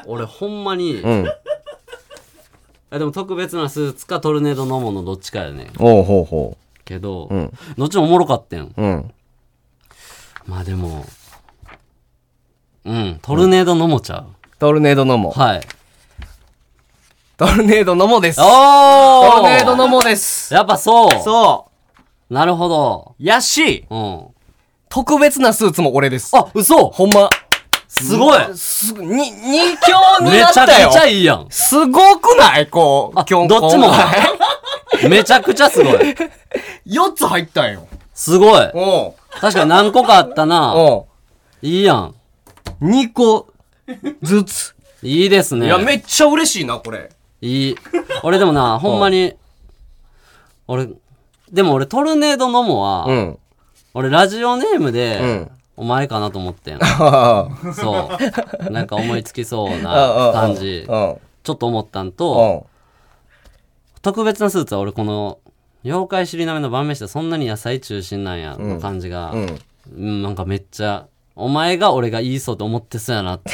Speaker 1: 俺ほんまに、
Speaker 2: う。うん。
Speaker 1: あでも特別なスーツかトルネードのものどっちかよね。
Speaker 2: おうほうほ
Speaker 1: けど、
Speaker 2: ん
Speaker 1: 後おもろかったん。
Speaker 2: う。うん。
Speaker 1: まあでも、うん、トルネードのもちゃう。
Speaker 2: トルネードのも。
Speaker 1: はい。
Speaker 2: トルネードのもです。ト
Speaker 1: お
Speaker 2: ルネードのもです。
Speaker 1: やっぱそう
Speaker 2: そ
Speaker 1: なるほど。
Speaker 2: う。やし、
Speaker 1: うん。
Speaker 2: 特別なスーツも俺です。
Speaker 1: あ、嘘
Speaker 2: ほんま。
Speaker 1: すごい
Speaker 2: す、に、二強に
Speaker 1: め
Speaker 2: なっ
Speaker 1: ちゃく
Speaker 2: たよ。
Speaker 1: ちゃいいやん
Speaker 2: すごくないこう、今日
Speaker 1: どっちも
Speaker 2: 今回
Speaker 1: めちゃくちゃすごい
Speaker 2: 四つ入ったんよ。
Speaker 1: すごい
Speaker 2: おう
Speaker 1: 確かに何個かあっ たな。
Speaker 2: お
Speaker 1: いいや
Speaker 2: う
Speaker 1: ん。
Speaker 2: 二個ずつ。
Speaker 1: いいですね。
Speaker 2: いや、めっちゃ嬉しいな、これ。
Speaker 1: いい。俺で もな、ほんまに、俺、でも俺トルネードのもは、
Speaker 2: うん。
Speaker 1: 俺ラジオネームで、
Speaker 2: うん
Speaker 1: お前かなと思ってん。
Speaker 2: あ
Speaker 1: そう。なんか思いつきそう
Speaker 2: あ
Speaker 1: な感じ
Speaker 2: う。ん。
Speaker 1: ちょっと思ったん
Speaker 2: う
Speaker 1: と、
Speaker 2: ん。
Speaker 1: 特別なスーツは俺この、妖怪尻なめの晩飯でそんなに野菜中心なんや、の感じが、
Speaker 2: うん。。
Speaker 1: うん、なんかめっちゃ、お前が俺が言いそうと思ってそうやなって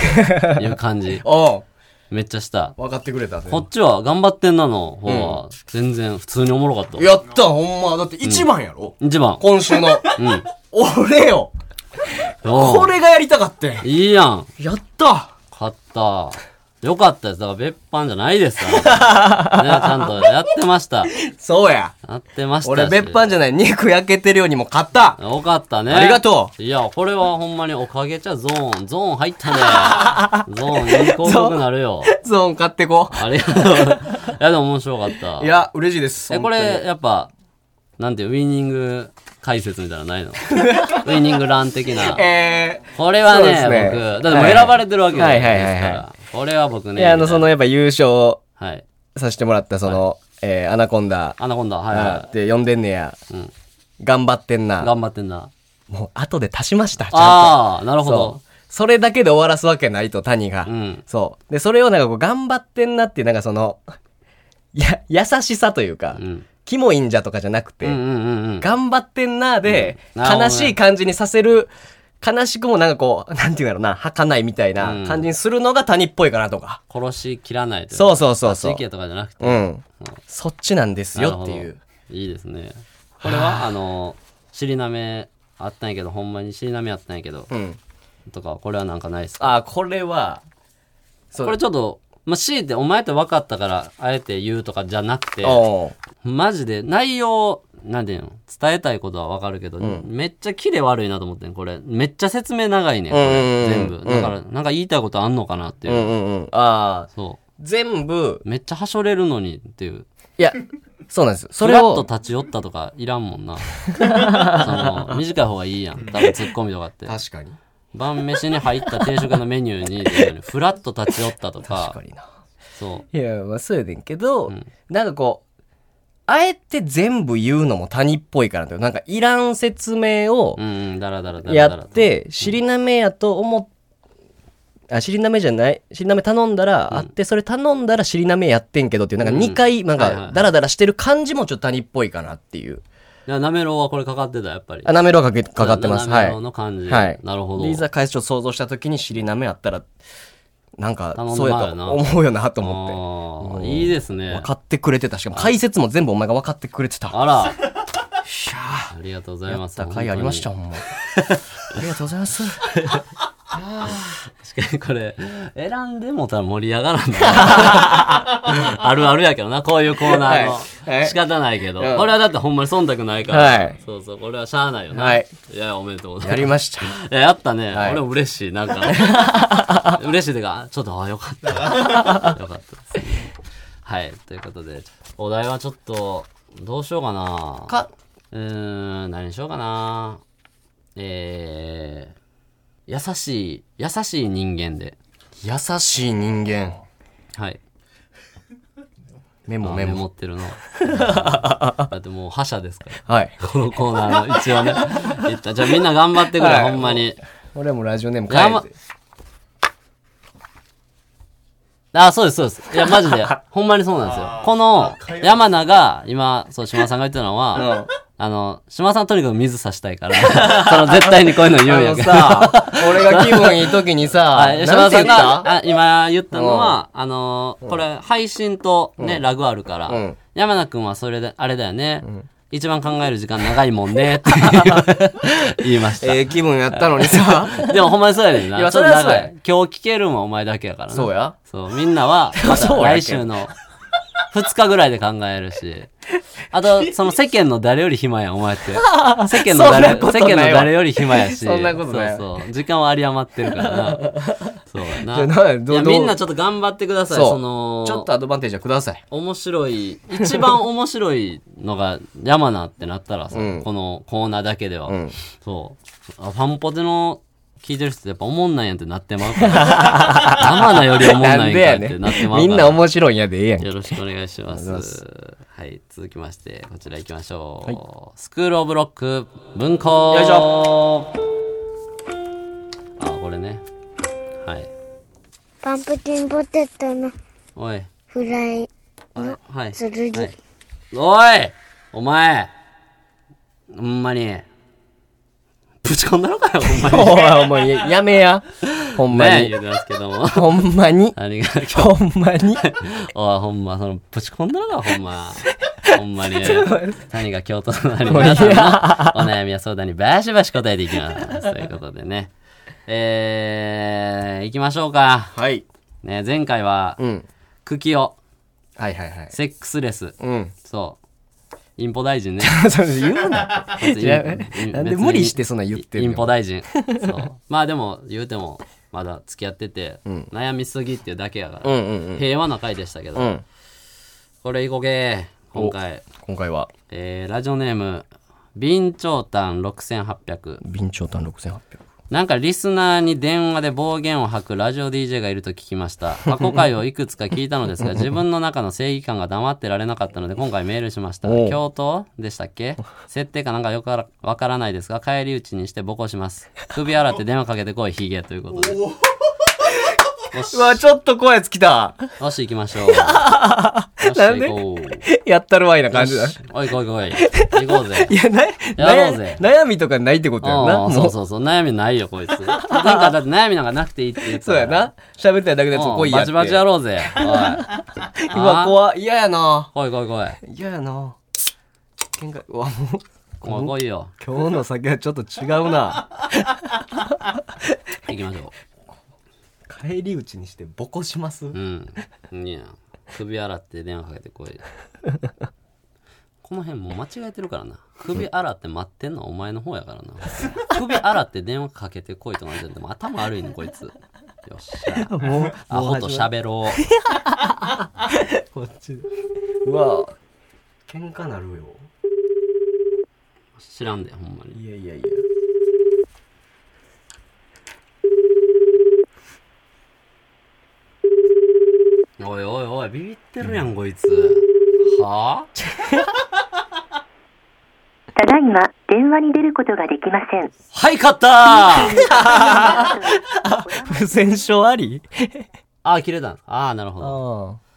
Speaker 1: いう感じ
Speaker 2: おう
Speaker 1: めっちゃした。
Speaker 2: 分かってくれたね。
Speaker 1: こっちは頑張ってんなの方は、全然普通におもろかった。
Speaker 2: やった、ほんま。だって一番やろ
Speaker 1: 一番。
Speaker 2: 今週の。
Speaker 1: うん。
Speaker 2: 俺よ。
Speaker 1: おう
Speaker 2: これがやりたかってん。
Speaker 1: いいやん。
Speaker 2: やった。
Speaker 1: 勝った。よかったです。だから別班じゃないです。あ なたね、ちゃんとやってました。
Speaker 2: そうや。
Speaker 1: やってましたし。
Speaker 2: 俺、別班じゃない。肉焼けてるようにも買った。
Speaker 1: よかったね。
Speaker 2: ありがと
Speaker 1: う。いや、これはほんまにおかげじゃゾーン、ゾーン 入ったね。ゾーン、いい広告なるよ。
Speaker 2: ゾーン買ってこ
Speaker 1: ありがとう。いや、でも面白かった。
Speaker 2: う。いや、嬉しいです。
Speaker 1: え、これ、やっぱ、なんて、ウィニング解説みたいなのない のウィニングラン的な
Speaker 2: 本当に。え
Speaker 1: これは
Speaker 2: そう
Speaker 1: ね、
Speaker 2: ですね
Speaker 1: 僕、だってもう選ばれてるわけじゃないですから。
Speaker 2: はいはいはいは
Speaker 1: これは僕
Speaker 2: ー
Speaker 1: ね。
Speaker 2: いや、あの、その、やっぱ優勝
Speaker 1: はい。
Speaker 2: させてもらった、その、えーアナコンダ、
Speaker 1: アナコンダ、はい
Speaker 2: あ
Speaker 1: は
Speaker 2: って呼んでんねや。
Speaker 1: ん
Speaker 2: 頑張ってん
Speaker 1: い。
Speaker 2: な。
Speaker 1: 頑張ってんな。
Speaker 2: もう、後で足しました、ちゃんと。
Speaker 1: ああ、なる
Speaker 2: そ
Speaker 1: ほど。
Speaker 2: う。それだけで終わらすわけないと、谷が。
Speaker 1: うん
Speaker 2: そう。で、それをなんかこう、頑張ってんなっていう、なんかその、 や、優しさというか、
Speaker 1: うん。
Speaker 2: キモいんじゃとかじゃなくて、
Speaker 1: うんうんうんうん。
Speaker 2: 頑張ってんなで、
Speaker 1: うんなるほどね
Speaker 2: 悲しい感じにさせる、悲しくもなんかこう、 なんていうんだろうな、儚いみたいな感じにするのが谷っぽいかなとか。
Speaker 1: 殺し切らないという
Speaker 2: そうそうそうそう。
Speaker 1: 地域とかじゃなくて。
Speaker 2: うん。そっちなんですよって
Speaker 1: ないる
Speaker 2: う。
Speaker 1: ほど。いいですね。これは、あの、尻なめあったんやけど、ほんまに尻なめあったんやけど、
Speaker 2: うん。
Speaker 1: とか、これはなんかないっすか
Speaker 2: あ、これは、そう
Speaker 1: これちょっと、まあ、強いてお前って分かったから、あえて言うとかじゃなくて、
Speaker 2: おう
Speaker 1: マジで内容、なんていうの伝えたいことは分かるけど、めっちゃキレ悪いなと思ってん、これ。めっちゃ説明長いねん、これ。
Speaker 2: うんうん
Speaker 1: 全
Speaker 2: うん
Speaker 1: 部。だから、なんか言いたいことあんのかなっていうう。
Speaker 2: んうんうん。ああ、
Speaker 1: そ
Speaker 2: 全部、
Speaker 1: う。めっちゃはしょれるのにっていう。
Speaker 2: いや、そうなんですよ。そ
Speaker 1: そ
Speaker 2: れ
Speaker 1: れ
Speaker 2: を
Speaker 1: を。、と立ち寄ったとかいらんもんな。その、短い方がいいやん。多分ツッコミとかって。
Speaker 2: 確かに。
Speaker 1: 晩飯に入った定食のメニューにっていうの に、フラッと立ち寄ったと
Speaker 2: 確
Speaker 1: か
Speaker 2: か、にな。
Speaker 1: そ
Speaker 2: いや、まあそうやねんけど、なんかこう、あえて全部言うのも谷っぽいからというなんかいらん説明を
Speaker 1: う。うんうん、だらだらだら
Speaker 2: や
Speaker 1: だらと。
Speaker 2: って、尻なめやと思っあ、尻なめじゃない尻なめ頼んだら、あって、それ頼んだら尻なめやってんけどっていう、なんか2回、なん
Speaker 1: はいはいは
Speaker 2: か、
Speaker 1: い
Speaker 2: ダラダラしてる感じもちょっと谷っぽいかなっていう。
Speaker 1: いや、なめろうはこれかかってた、やっぱり。
Speaker 2: あ、なめろうかけ、かかってます。
Speaker 1: なな
Speaker 2: は
Speaker 1: め
Speaker 2: い
Speaker 1: ろう。の感じ。
Speaker 2: はい
Speaker 1: なるほど。
Speaker 2: リーザー開始を想像した時に尻なめあったら、なんか
Speaker 1: 頼んで
Speaker 2: そうや
Speaker 1: まうよな
Speaker 2: と思うよなと思っ
Speaker 1: ああ、いいです
Speaker 2: て
Speaker 1: ね
Speaker 2: 分。かってくれてたしかも解説も全部お前が分かってくれてた
Speaker 1: あら。ありがとうござい
Speaker 2: や
Speaker 1: ま
Speaker 2: っ
Speaker 1: す。
Speaker 2: た回ありました
Speaker 1: 本
Speaker 2: ほんまありがとうござい ます
Speaker 1: 当に確かにこれ、選んでもたら盛り上がらんな あるあるやけどな、こういうコーナー
Speaker 2: はいは
Speaker 1: の。
Speaker 2: い
Speaker 1: 仕方ないけど。
Speaker 2: うん
Speaker 1: これはだってほんまに忖度ないか
Speaker 2: は
Speaker 1: ら
Speaker 2: い。
Speaker 1: そうそう、これはしゃあないよな。
Speaker 2: はい。
Speaker 1: いや、おめでとうございま
Speaker 2: や
Speaker 1: す
Speaker 2: りました
Speaker 1: いや、やったね。
Speaker 2: はい
Speaker 1: 俺も嬉しい。な んか、嬉しいというか、ちょっと、あ、よかった。よかったですねはい。ということで、お題はちょっと、どうしようかな。
Speaker 2: か
Speaker 1: うーん、何にしようかな。えー、優しい、優しい人間で。
Speaker 2: 優しい人間
Speaker 1: はい。
Speaker 2: メモ
Speaker 1: あ
Speaker 2: メ
Speaker 1: メ
Speaker 2: モ
Speaker 1: モってるの。だってもう覇者ですから。
Speaker 2: はい
Speaker 1: このコーナーの一 応ね。いったじゃあみんな頑張ってくれ、
Speaker 2: はい
Speaker 1: ほんまに。
Speaker 2: 俺もラジオネーム
Speaker 1: やま
Speaker 2: 変えて
Speaker 1: あ、そうです、そうです。いや、マ ジで。ほんまにそうなんですよ。この、山名が、今、そう、島田さんが言ってたのは、あの、島田さんとにかく水さしたいから、 その絶対にこういうの言う
Speaker 2: あ
Speaker 1: んや
Speaker 2: の
Speaker 1: けど。
Speaker 2: さ俺が気分いい時に さ
Speaker 1: はい、
Speaker 2: な
Speaker 1: 島
Speaker 2: ん
Speaker 1: 田さ
Speaker 2: て言
Speaker 1: ん
Speaker 2: った
Speaker 1: が、あ今言ったのは、あの、これ、配信とね、ラグあるから
Speaker 2: うん、
Speaker 1: 山名くんはそれで、あれだよね。一番考える時間長いもんね、って言いました。
Speaker 2: ええ気分やったのにさ
Speaker 1: でもほんまにそうやねんな。
Speaker 2: いやそれはそうや
Speaker 1: ちょっと長い今日聞けるんはお前だけやからな
Speaker 2: そうや
Speaker 1: そう、みんな は、また
Speaker 2: そうやけ
Speaker 1: 来週の2日ぐらいで考えるし、あと、その世間の誰より暇やん、お前って。世間の誰、
Speaker 2: そんなこと
Speaker 1: 世
Speaker 2: ないわ
Speaker 1: 間の誰より暇やし、
Speaker 2: そんなことないわ
Speaker 1: そうそう、時間は有り余ってるからな。そうやな。
Speaker 2: じゃあなんど
Speaker 1: いや、
Speaker 2: どう
Speaker 1: みんなちょっと頑張ってください、
Speaker 2: そう
Speaker 1: その、
Speaker 2: ちょっとアドバンテージはください
Speaker 1: 面白い、一番面白いのが山名ってなったらさ、
Speaker 2: うん
Speaker 1: このコーナーだけでは。
Speaker 2: うん
Speaker 1: そう。あファンポテの聞いてる人ってやっぱおもんないやんってなってまうから。 山名よりおもんないんかってなってまうから。
Speaker 2: みんな面白いんやでええやん。
Speaker 1: よろしくお 願いします。
Speaker 2: ありがとうご
Speaker 1: はい、続きまして、こちら行きましょう。スクールオブロック文庫。
Speaker 2: よいし
Speaker 1: ょ。あ、これね。はい。
Speaker 3: パンプキンポテトの
Speaker 1: おい。
Speaker 3: フライ
Speaker 1: はい。
Speaker 3: する
Speaker 1: は
Speaker 3: り
Speaker 1: い。おいお前ほんまに。ぶち込んだのかよ、ほんまに。
Speaker 2: おい、ほんまに、やめや。ほんま
Speaker 1: ねえ
Speaker 2: に。
Speaker 1: 言うてますけども。
Speaker 2: ほんまに。
Speaker 1: 何が、
Speaker 2: ほんま に。
Speaker 1: おい、ほんま、その、ぶち込んだのか、ほんま。ほんまに。何が京都の何皆さんのお悩みや相談にバシバシ答えていきます。ということでね。えー、行きましょうか。
Speaker 2: はい。
Speaker 1: ね、前回は
Speaker 2: う、ん。
Speaker 1: 茎を、
Speaker 2: はいはいはい。
Speaker 1: セックスレス。
Speaker 2: うん。
Speaker 1: そう。インポ大臣ね。
Speaker 2: それ言うな。
Speaker 1: 別に
Speaker 2: いやなんで無理して
Speaker 1: 別
Speaker 2: そんなん言ってる
Speaker 1: イ
Speaker 2: の
Speaker 1: ンポ大臣そうまあでも言うてもまだ付き合ってて、悩みすぎっていうだけやから、
Speaker 2: うんうんうん。
Speaker 1: 平和な回でしたけど、
Speaker 2: うん。
Speaker 1: これいこけ今回、
Speaker 2: 今回は、
Speaker 1: えーラジオネーム備長炭6800
Speaker 2: 備長炭6800。
Speaker 1: なんかリスナーに電話で暴言を吐くラジオ DJ がいると聞きました。過去回をいくつか聞いたので すが、自分の中の正義感が黙ってられなかったので、今回メールしました。
Speaker 2: おう
Speaker 1: 京都でしたっけ設定かなんかよくわわからないですが、帰り討ちにしてボコします。首洗って電話かけてこい、ヒゲということで。
Speaker 2: うわ、ちょっと声つきた。
Speaker 1: よし、行きましょう。よし、
Speaker 2: なんで
Speaker 1: 行こう。よ
Speaker 2: やったるわいな感じだ。い
Speaker 1: しおい、来い、来い。行こうぜ。
Speaker 2: や、な、
Speaker 1: やろうぜ
Speaker 2: 悩悩みとかないってことやんな。
Speaker 1: うん、そう
Speaker 2: う。
Speaker 1: そうそう。悩みないよ、こいつ。なんかだって悩みなんかなくていいって言ってた
Speaker 2: そう
Speaker 1: から
Speaker 2: やな。喋りたいだけのやつ
Speaker 1: うん
Speaker 2: を来いやっ
Speaker 1: バ
Speaker 2: て。
Speaker 1: チバチやろう ぜ。おい。
Speaker 2: うわ、怖い。嫌やな。
Speaker 1: 来い来い来い。
Speaker 2: 嫌やな。喧嘩、うわ、もう。
Speaker 1: 来い来いよ。
Speaker 2: 今日の酒はちょっと違うな
Speaker 1: 行きましょ
Speaker 2: 帰り討ちにしてボコします、
Speaker 1: う。うん。いいや。首洗って電話かけて来い。この辺もう間違えてるからな。首洗って待ってんのはお前の方やからな。首洗って電話かけて来いとか言ってんのもう頭悪いねんこいつ。よっしゃ。
Speaker 2: もう
Speaker 1: アホと喋ろう。
Speaker 2: こっちうわ喧嘩なるよ
Speaker 1: 知らんで、ほんまに。
Speaker 2: いやいやいや
Speaker 1: おいおいおい、ビビってるやん、こいつ。はぁ
Speaker 4: ただいま電話に出ることができません。
Speaker 1: はい、勝 ったー
Speaker 2: 不戦勝あり
Speaker 1: あー、切れたん。あー、なるほど。
Speaker 2: ああ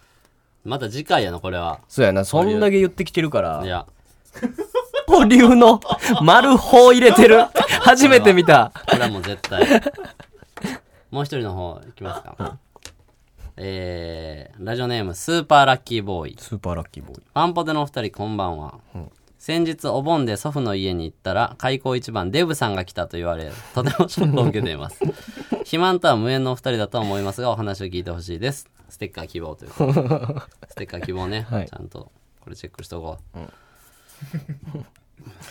Speaker 1: また次回やな、これは。
Speaker 2: そうやなそんだけ言ってきてるから
Speaker 1: いや。
Speaker 2: 保留 の丸法入れてる初めて見た
Speaker 1: これはもう絶対。もう一人の方行きますか。えー、ラジオネームスーパーラッキーボーイ。
Speaker 2: スーパーラッキーボーイ。
Speaker 1: ワンポテのお二人こんばんは。先日お盆で祖父の家に行ったら開口一番デブさんが来たと言われとてもショックを受けています 肥満とは無縁のお二人だとは思いますがお話を聞いてほしいですステッカー希望ということ でステッカー希望ね、
Speaker 2: はい
Speaker 1: ちゃんとこれチェックしとこう、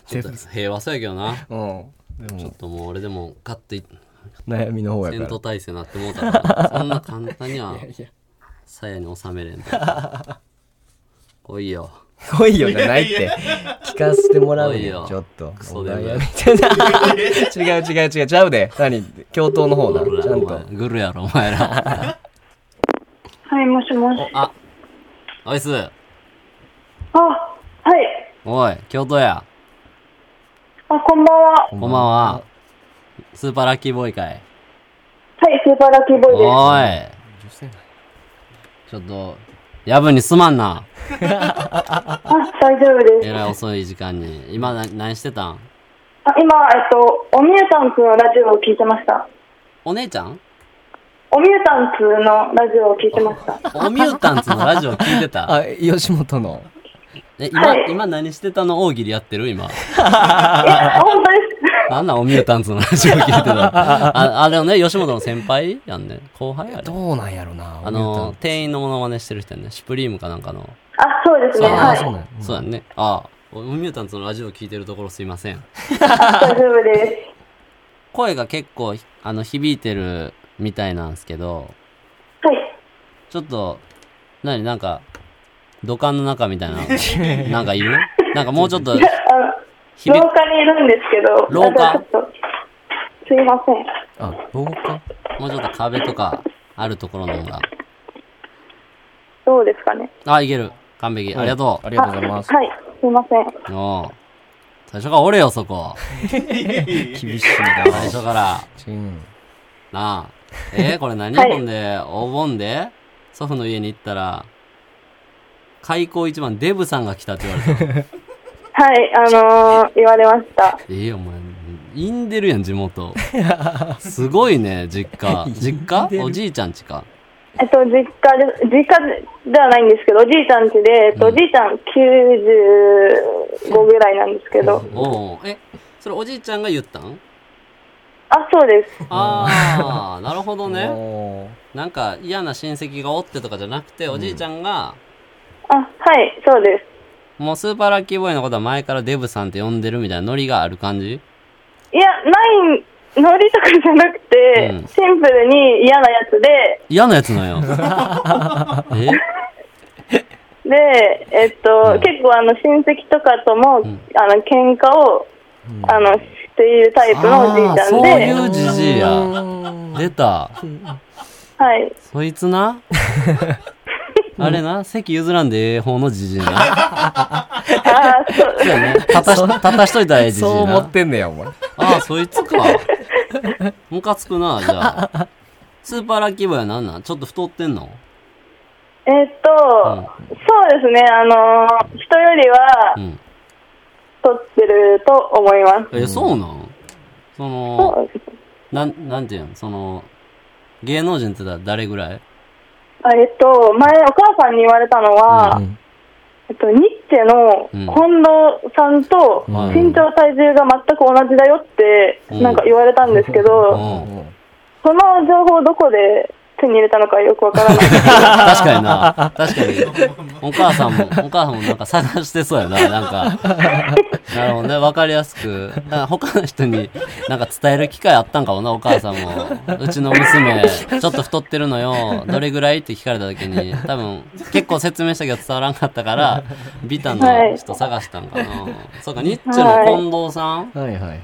Speaker 1: ちょっと平和そうやけどな
Speaker 2: うん。
Speaker 1: ちょっともう俺でも買ってい
Speaker 2: 悩みの方
Speaker 1: 戦
Speaker 2: やか
Speaker 1: 闘
Speaker 2: ら。
Speaker 1: 態勢なってもうたからそんな簡 単には鞘に収めれんと来いよ
Speaker 2: 来いよじゃないって。聞かせてもらう
Speaker 1: 来い
Speaker 2: よ
Speaker 1: よ、
Speaker 2: ちょっと。
Speaker 1: クソデブ
Speaker 2: お悩みじゃない違う違う違う。ちゃうで。何教頭の方な。ちゃん
Speaker 1: お
Speaker 2: と
Speaker 1: 前。グルやろお前 ら
Speaker 5: はい、もしもし。
Speaker 1: あおいす
Speaker 5: あ、はい。
Speaker 1: おい京都や
Speaker 5: あ、こんばんは。は
Speaker 1: こんばんはスーパーラッキーボーイかい
Speaker 5: い、スーパーラッキーボーイです。
Speaker 1: おいちょっとやぶにすまんな
Speaker 5: あ、大丈夫で
Speaker 1: え
Speaker 5: す。
Speaker 1: らい遅い時間に今な何してたん
Speaker 5: あ今、えっと、おみゆたんつのラジオを聞いてました。
Speaker 1: お姉ちゃん
Speaker 5: おみゆたんつのラジオを聞いてました。
Speaker 1: おミュータンツのラジオ聞いてた
Speaker 2: あ、吉本の。
Speaker 1: え今、
Speaker 5: はい
Speaker 1: 今何してたの大喜利やってる今
Speaker 5: え、本当です。
Speaker 1: なんなんおミュータンツのラジオ聞いて たのああれをね吉本の先輩やんね後輩や
Speaker 2: ど
Speaker 1: ね
Speaker 2: うなんやろな。
Speaker 1: あの店員のモノマネしてる人やねシュプリームかなんかの
Speaker 5: あ、そうですね。
Speaker 1: あー
Speaker 5: はい。
Speaker 2: そうなんや
Speaker 1: そうやんね。ああ、おミュータンツのラジオ聞いてるところすいません。
Speaker 5: あ大丈夫で
Speaker 1: 声が結構、あの、響いてるみたいなんですけど、
Speaker 5: す。はい。
Speaker 1: ちょっと、なになんか、土管の中み たいな、なんかいるなんかもうちょっと、
Speaker 5: 廊
Speaker 1: 響
Speaker 5: 下にいるんですけど、
Speaker 1: 廊下
Speaker 5: あとちょっとすいません。
Speaker 2: あ、廊下
Speaker 1: もうちょっと壁とか、あるところの方が。
Speaker 5: どうですかね。
Speaker 1: あ、いける。完璧。ありがと
Speaker 2: ありがとうございます。
Speaker 5: はい、すいません。
Speaker 1: う。おう最初からおれよ、そこ。
Speaker 2: 厳しいな。
Speaker 1: 最初から。
Speaker 2: うん
Speaker 1: なあ。 えー、これ何、
Speaker 5: はい
Speaker 1: ほんで、お盆で、祖父の家に行ったら、開口一番デブさんが来たって言われ た。
Speaker 5: はい、あのー、言われました。
Speaker 1: ええお前、インでるやん、地元。すごいね、実 家。実家おじいちゃんちか。
Speaker 5: えっと、実家で、実家ではないんですけど、おじいちゃん家で、えっと、おじいちゃん95ぐらいなんですけど、
Speaker 1: おおえ、それおじいちゃんが言ったん
Speaker 5: あ、そうです。
Speaker 1: あ あ、なるほどね。
Speaker 2: おー
Speaker 1: なんか嫌な親戚がおってとかじゃなくて、おじいちゃんが、
Speaker 5: あ、はい、そうです。
Speaker 1: もうスーパーラッキーボーイのことは前からデブさんって呼んでるみたいなノリがある感じ
Speaker 5: いや、ない、ノリとかじゃなくて、
Speaker 1: うん
Speaker 5: シンプルに嫌なやつで、
Speaker 1: 嫌なやつなんや。 え
Speaker 5: で、えっと、
Speaker 1: うん
Speaker 5: 結構あの、親戚とかとも、
Speaker 1: ん
Speaker 5: あの、喧嘩を、あの、しているタイプのおじいちゃん
Speaker 1: そう
Speaker 5: で、
Speaker 1: いうじじいや。出た。
Speaker 5: はい。
Speaker 1: そいつなあれな、席譲らんでええ方のじじいな。
Speaker 5: あー、そう、
Speaker 1: 立たし、立たしといたらええじじい
Speaker 2: そう思っ
Speaker 1: な。
Speaker 2: てんねや、お前。
Speaker 1: ああ、そいつか。ムカつくな、じゃあ。スーパーラッキーボーイはなんなんちょっと太ってんの
Speaker 5: えっと、そうですね、あのー人よりは
Speaker 1: う、ん。
Speaker 5: 撮ってると思います。
Speaker 1: え、そうなんそ
Speaker 5: そ
Speaker 1: の、
Speaker 5: うです
Speaker 1: なん、なんていうのその、芸能人ってだ誰ぐらい
Speaker 5: あえっと、前、お母さんに言われたのは、
Speaker 2: うん
Speaker 5: えっと、ニッチェの
Speaker 1: うん
Speaker 5: 近藤さんと
Speaker 1: はい
Speaker 5: 身長、体重が全く同じだよって
Speaker 1: うん、
Speaker 5: なんか言われたんですけ
Speaker 1: う
Speaker 5: ど、
Speaker 1: ん。
Speaker 5: その情報をどこで手に入れたのかよく わからない。
Speaker 1: 確かにな。確かに。お母さんも、お母さんもなんか探してそうやな。なんか。なるほどね。わかりやすく。だから他の人になんか伝える機会あったんかもな、お母さんも。うちの娘、ちょっと太ってるのよ。どれぐらいって聞かれた時に、多分、結構説明したけど伝わらんかったから、ビタの人探したんかな。そうか、ニッチェの近藤さん
Speaker 2: はいはいはい。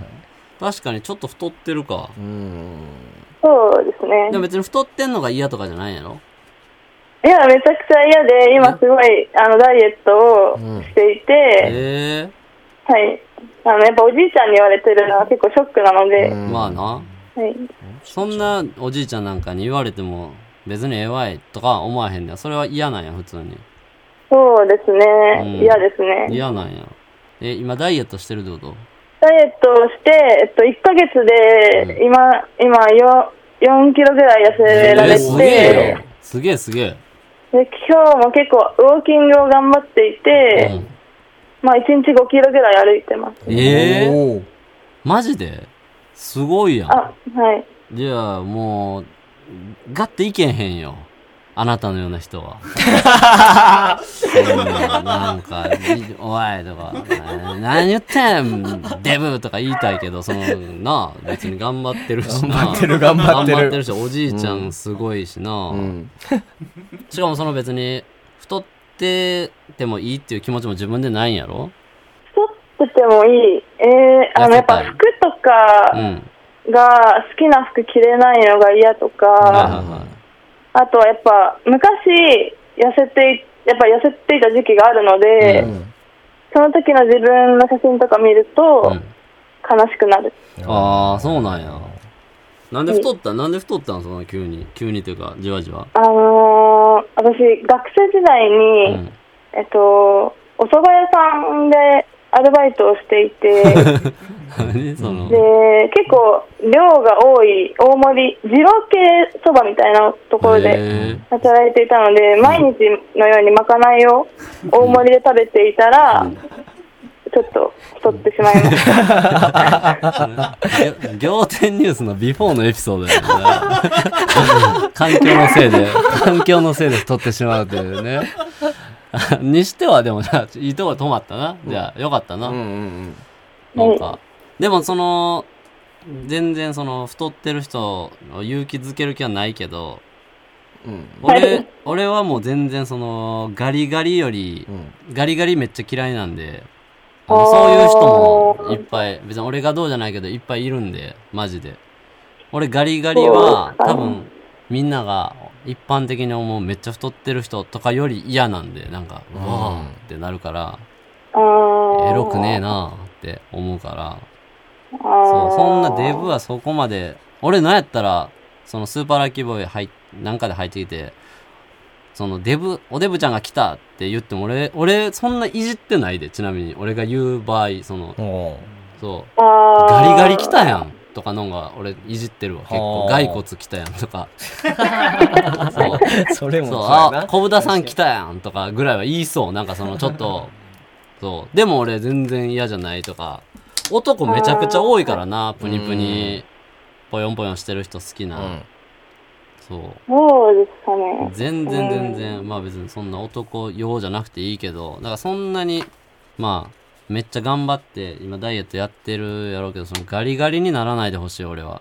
Speaker 1: 確かにちょっと太ってるか。
Speaker 2: うん。
Speaker 5: そうですね
Speaker 1: でも。別に太ってんのが嫌とかじゃないやろ
Speaker 5: いや、めちゃくちゃ嫌で、今すごい、あの、ダイエットをしていて、
Speaker 1: え
Speaker 5: はい。あの、やっぱおじいちゃんに言われてるのは結構ショックなので、
Speaker 1: えまあな。
Speaker 5: はい。
Speaker 1: そんなおじいちゃんなんかに言われても別にええわいとか思わへんねや。それは嫌なんや、普通に。
Speaker 5: そうです
Speaker 1: うん
Speaker 5: ね。嫌ですね。
Speaker 1: 嫌なんや。え、今ダイエットしてるってこと
Speaker 5: ダイエットをして、えっと、1ヶ月で、今、今、よ4キロぐらい痩せられ
Speaker 1: え、
Speaker 5: て、
Speaker 1: すげえよ。すげえすげえ。
Speaker 5: で、今日も結構ウォーキングを頑張っていて、
Speaker 1: うん
Speaker 5: まあ1日5キロぐらい歩いてます。
Speaker 1: ええ
Speaker 2: おー
Speaker 1: マジですごいや
Speaker 5: あ、はい。
Speaker 1: ん。じゃあもう、ガッていけへんよ。あなたのような人は。うんなんか、いおいとか、な何言ってん、デブとか言いたいけど、その、なあ、別に頑張ってるしな。
Speaker 2: 頑張ってる頑張ってる
Speaker 1: 頑張ってるし、おじいちゃんすごいしな。
Speaker 2: うん。
Speaker 1: しかもその別に、太っててもいいっていう気持ちも自分でないんやろ
Speaker 5: 太っててもいい。えー、あの、
Speaker 1: 痩せ
Speaker 5: やった
Speaker 1: い
Speaker 5: ぱ服と
Speaker 1: う
Speaker 5: か
Speaker 1: ん。
Speaker 5: が、好きな服着れないのが嫌と
Speaker 1: はい
Speaker 5: か、
Speaker 1: はいはい。
Speaker 5: あとはやっぱ、昔、痩せてい、やっぱ痩せていた時期があるので、
Speaker 2: うん
Speaker 5: その時の自分の写真とか見ると、
Speaker 1: うん
Speaker 5: 悲しくなる。
Speaker 1: ああ、そうなんや。なんで太ったなんで太ったんその急に。急にというか、じわじわ。
Speaker 5: あのー、私、学生時代
Speaker 1: う
Speaker 5: に、
Speaker 1: ん。
Speaker 5: えっと、お蕎麦屋さんでアルバイトをして いて、で、
Speaker 1: 何その。
Speaker 5: 結構量が多い大盛り、二郎系そばみたいなところで
Speaker 1: へ
Speaker 5: 働いていたので、毎日のようにまかないを大盛りで食べていたら、ちょっと太ってしまいま した。
Speaker 1: ーぎょ仰天ニュースのビフォーのエピソードやね。環境のせいで、環境のせいで太ってしまうというね。にしてはでもじゃあ、いいとこ止まったな。じゃあ、よかったな。
Speaker 2: うんうん
Speaker 1: なんか、でもその、全然その太ってる人を勇気づける気はないけど、
Speaker 2: うん。うん
Speaker 5: は
Speaker 1: 俺
Speaker 5: い、
Speaker 1: 俺はもう全然その、ガリガリより
Speaker 2: う、ん。
Speaker 1: ガリガリめっちゃ嫌いなんで、あの
Speaker 5: あー
Speaker 1: そういう人もいっぱい、別に俺がどうじゃないけど、いっぱいいるんで、マジで。俺ガリガリは、
Speaker 5: そう
Speaker 1: 多分、みんなが一般的に思うめっちゃ太ってる人とかより嫌なんで、なんか、う
Speaker 2: うん
Speaker 1: わーってなるから、
Speaker 5: あー
Speaker 1: エロくねえなーって思うから、
Speaker 5: あー
Speaker 1: そう、そんなデブはそこまで、俺なんやったら、そのスーパーラッキーボーイ入っなんかで入ってきて、そのデブ、おデブちゃんが来たって言っても俺、俺そんないじってないで、ちなみに。俺が言う場合、その、
Speaker 2: おー
Speaker 1: そう、
Speaker 5: あー
Speaker 1: ガリガリ来たやんとかのんが俺いじってるわ、結構。
Speaker 2: はあ
Speaker 1: 骸骨来たやんとか。そう
Speaker 2: それも
Speaker 1: そう、
Speaker 2: うやな
Speaker 1: あ、小豚さん来たやんとかぐらいは言いそう。なんかそのちょっと、 そう。でも俺全然嫌じゃないとか、男めちゃくちゃ多いからな、プニプニ、ぽよんぽよんしてる人好きな。
Speaker 2: うん
Speaker 1: そう。
Speaker 5: そうですかね。
Speaker 1: 全然全然、まあ別にそんな男用じゃなくていいけど、だからそんなに、まあ、めっちゃ頑張って、今ダイエットやってるやろうけど、そのガリガリにならないでほしい、俺は。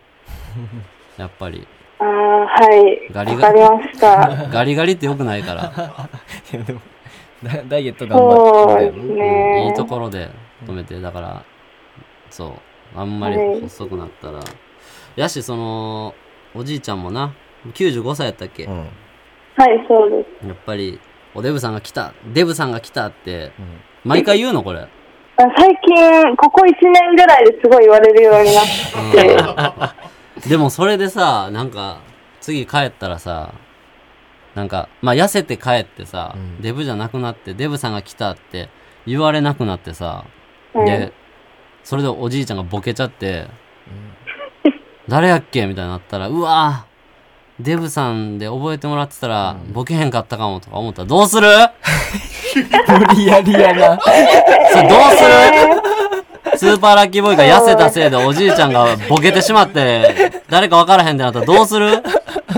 Speaker 1: やっぱり。
Speaker 5: あーはい。
Speaker 1: ガ
Speaker 5: わ
Speaker 1: リガ
Speaker 5: かりま した。
Speaker 1: ガリガリって良くないから、
Speaker 2: いやでもダダイエット頑
Speaker 5: そ
Speaker 2: 張
Speaker 5: う
Speaker 2: って
Speaker 5: で
Speaker 2: る
Speaker 5: す
Speaker 2: んだよね
Speaker 5: ね。
Speaker 1: いいところで止めて、だから、そう。あんまり
Speaker 5: はい
Speaker 1: 細くなったら。やし、その、おじいちゃんもな、95歳やったっけ、
Speaker 2: うん
Speaker 5: はい、そうです。
Speaker 1: やっぱり、おデブさんが来た、デブさんが来たって、毎回言うのこれ。
Speaker 5: あ最近、ここ1年ぐらいですごい言われるようになって、
Speaker 1: でもそれでさ、なんか、次帰ったらさ、なんか、まあ、痩せて帰ってさ、
Speaker 2: うん
Speaker 1: デブじゃなくなって、デブさんが来たって言われなくなってさ、
Speaker 5: うん
Speaker 1: で、それでおじいちゃんがボケちゃって、誰やっけみたいになったら、うわぁ、デブさんで覚えてもらってたら、ボケへんかったかもとか思ったら、どう する
Speaker 2: 無理やりやな
Speaker 1: それどうするスーパーラッキーボーイが痩せたせいでおじいちゃんがボケてしまって、誰か分からへんってなったらどうする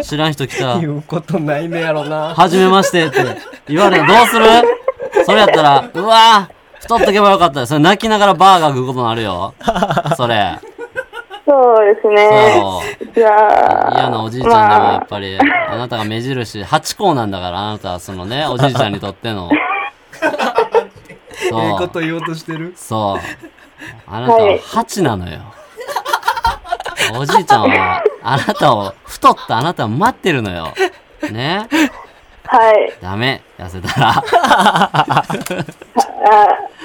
Speaker 1: 知らん人来た。
Speaker 2: 言うことないねやろな
Speaker 1: はじめましてって言われたらどうするそれやったら、うわぁ、太っとけばよかった。それ泣きながらバーガー食うことになるよ。それ。
Speaker 5: そうですね。
Speaker 1: そう。
Speaker 5: じゃあ、
Speaker 1: 嫌なおじいちゃんでもやっぱり、あなたが目印、八甲なんだから、あなたはそのね、おじいちゃんにとっての。そう。
Speaker 2: ええこと言おうとしてる
Speaker 1: そう。あなたは8なのよ。おじいちゃんは、あなたを、太ったあなたを待ってるのよ。ね
Speaker 5: はい。
Speaker 1: ダメ。痩せたら。
Speaker 5: あ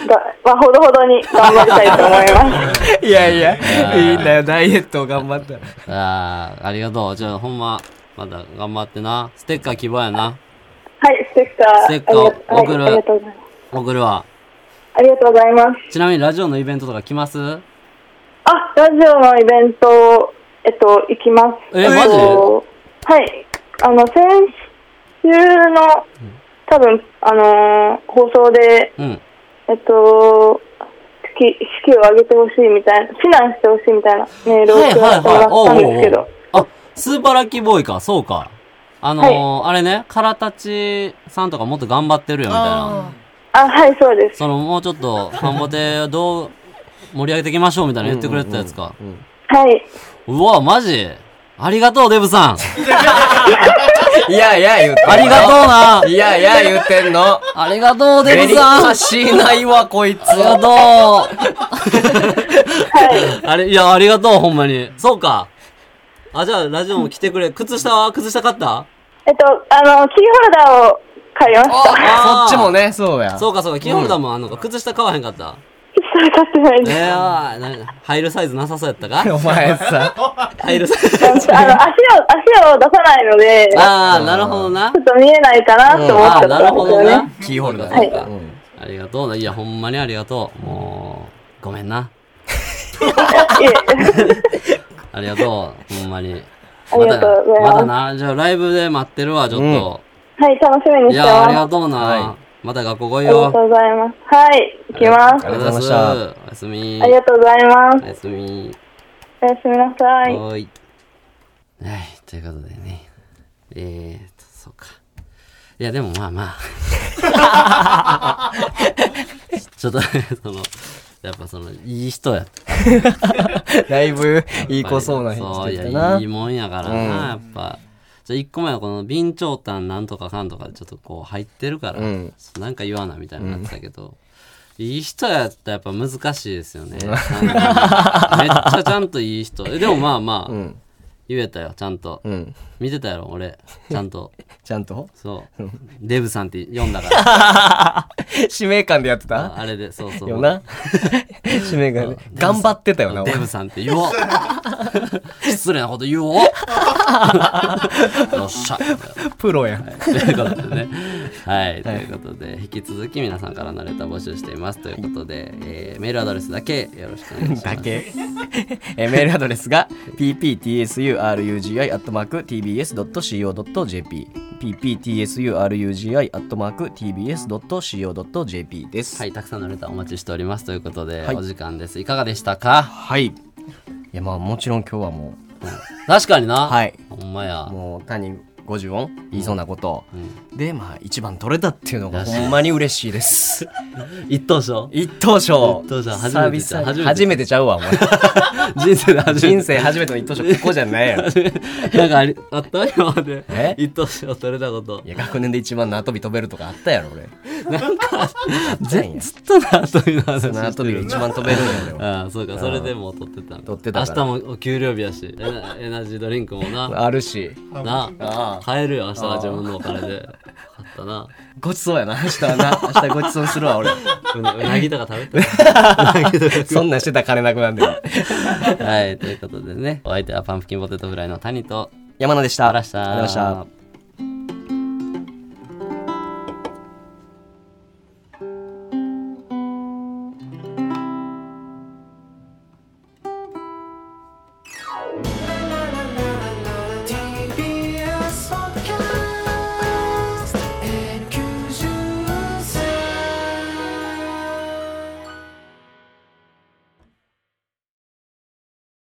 Speaker 5: がまあ、ほどほどに頑張りたいと思います。
Speaker 2: いやいやいいんだよダイエットを頑張った
Speaker 1: あーありがとう。じゃあ、ほんま、また頑張ってな。ステッカー希望やな。
Speaker 5: はい、ステッカー。
Speaker 1: ステッカーを送る
Speaker 5: ありがとうはい
Speaker 1: 送るわ。
Speaker 5: ありがとうございます。ありがとうございます。
Speaker 1: ちなみにラジオのイベントとか来ます
Speaker 5: あ、ラジオのイベント、えっと、行きます。
Speaker 1: えマジ
Speaker 5: とはい。あの、先週の、多分、あのー放送で、
Speaker 1: うん。
Speaker 5: えっと、式式を上げてほしいみたいな、指南してほしいみたいなメールを
Speaker 1: はい
Speaker 5: く
Speaker 1: はい
Speaker 5: だ
Speaker 1: はい。
Speaker 5: さったんですけど、
Speaker 1: おうおうおうあ、スーパーラッキーボーイか、そうか。あのーあれね、カラタチさんとかもっと頑張ってるよ、みたいな。
Speaker 5: あ、はい、そうです。
Speaker 1: その、もうちょっと、ファンボテをどう盛り上げていきましょう、みたいな言ってくれてたやつか。
Speaker 5: はい。
Speaker 1: うわ、マジありがとう、デブさん。
Speaker 2: いやいや言うてんの
Speaker 1: ありがとう な。
Speaker 2: いやいや言うてんの
Speaker 1: ありがとう、
Speaker 2: デ
Speaker 1: デブさん。あ
Speaker 2: リしないわこいつ
Speaker 1: りがと
Speaker 5: は
Speaker 1: う。あれ、いや、ありがとう、ほんまに。そうか。あ、じゃあ、ラジオも来てくれ。靴下は靴下買った
Speaker 5: い。えっと、あの、キーホルダーを買いました。
Speaker 2: そっちもねそうや
Speaker 1: そうか、そうか。キーホルダーもあんのか。靴下買わへんかった。
Speaker 5: それ買ってない
Speaker 1: え
Speaker 5: です。
Speaker 1: えー、な入るサイズなさそうやったか
Speaker 2: お前さ
Speaker 1: 入るサイズ。
Speaker 5: あの、足を、足を出さないので、ち
Speaker 1: ああ、なるほどな
Speaker 5: ょ。っと見えないかなと思っ
Speaker 1: あ
Speaker 5: ちゃ
Speaker 1: あ、
Speaker 5: っ
Speaker 1: なる
Speaker 5: たんで
Speaker 1: ほ
Speaker 5: すよ
Speaker 1: ど
Speaker 5: ね
Speaker 1: な。。
Speaker 2: キーホルダー
Speaker 1: そ
Speaker 2: う
Speaker 1: うかそうか
Speaker 2: ん
Speaker 1: ありがとうな。いや、ほんまにありがとう。もう、ごめんな。
Speaker 5: いえ、
Speaker 1: ありがとう。ほんまに。
Speaker 5: ありがとうございます
Speaker 1: まだな。じゃあ、ライブで待ってるわ、ちょっと。
Speaker 5: はい、楽しみに
Speaker 1: い
Speaker 5: して
Speaker 1: や、ありが
Speaker 5: ます。
Speaker 1: とうな。
Speaker 2: は
Speaker 1: また学校来い
Speaker 5: ありが
Speaker 1: よ。
Speaker 5: とうございます。はい、行きます
Speaker 2: あ。りがとうございました
Speaker 1: ありがとうございますおやすみ。
Speaker 5: ありがとうございま
Speaker 1: お。
Speaker 5: す
Speaker 1: やすみ。
Speaker 5: おやすみなさい。
Speaker 1: はい。はい、ということでね。えーと、そうか。いや、でもまあまあ。 ちょっと、その、やっぱその、いい人やった。
Speaker 2: だいぶ いい子そうな人
Speaker 1: そ
Speaker 2: し
Speaker 1: う、い
Speaker 2: てきた
Speaker 1: や、
Speaker 2: ない
Speaker 1: いもんやからな、やっぱ。じゃあ、一個前はこの、備長炭なんとかかんとかでちょっとこう入ってるから、
Speaker 2: うん
Speaker 1: なんか言わなみたいになってたけど、いい人やったらやっぱ難しいです よね。なんかめっちゃちゃんといい人。えでもまあまあ、
Speaker 2: ん
Speaker 1: 言えたよ、ちゃんと。
Speaker 2: うん
Speaker 1: 見てたやろ俺ちゃんと
Speaker 2: ちゃんと
Speaker 1: そうデブさんって読んだから
Speaker 2: 使命感でやってた
Speaker 1: ああれでそうそう
Speaker 2: よな使命感で 頑張ってたよなお
Speaker 1: デ
Speaker 2: 前
Speaker 1: ブさんって言 おう失礼なこと言おうよっしゃ
Speaker 2: プロやん
Speaker 1: ということでねはいということで引き続き皆さんからのレター募集していますということで、えーメールアドレスだけよろしくお願いしま
Speaker 2: だ
Speaker 1: す
Speaker 2: けえメールアドレスが pptsurugi.tbs.co.jp pptsurugi.tbs.co.jp です
Speaker 1: はいたくさんのレターお待ちしておりますということで、
Speaker 2: はい
Speaker 1: お時間ですいかがでしたか
Speaker 2: はいいやまあもちろん今日はも
Speaker 1: 確かにな、
Speaker 2: うはい
Speaker 1: ほんまや
Speaker 2: もう谷50音言いそうなこと、でまあ一番取れたっていうのがほんまに嬉しいです
Speaker 1: 一等賞
Speaker 2: 一等賞
Speaker 1: 一等賞初めてちゃう
Speaker 2: 久々に初めてちゃうわもう
Speaker 1: 人生で初めて
Speaker 2: 人生初めての一等賞ここじゃないやろ
Speaker 1: なんかありあった今まで
Speaker 2: え
Speaker 1: 一等賞取れたこと
Speaker 2: いや学年で一番縄跳び飛べるとかあったやろ俺
Speaker 1: 全ずっとなという話
Speaker 2: 縄
Speaker 1: して
Speaker 2: 跳びが
Speaker 1: る
Speaker 2: 一番飛べるんや 俺は
Speaker 1: ああそうかそれでもう取ってたの
Speaker 2: 取ってたから
Speaker 1: 明日もお給料日やしエナエナジードリンクもな
Speaker 2: あるし
Speaker 1: な
Speaker 2: あ
Speaker 1: 買えるよ明日は自分の お金で買ったな
Speaker 2: ごちそうやな明日はな明日ごちそうするわ 俺
Speaker 1: うなうなぎとか食べ て
Speaker 2: そんなんしてたら金なくなんで
Speaker 1: はいということでねお相手はパンプキンポテトフライの谷と
Speaker 2: 山野でした
Speaker 1: ありがとうございました
Speaker 2: ありがとうございました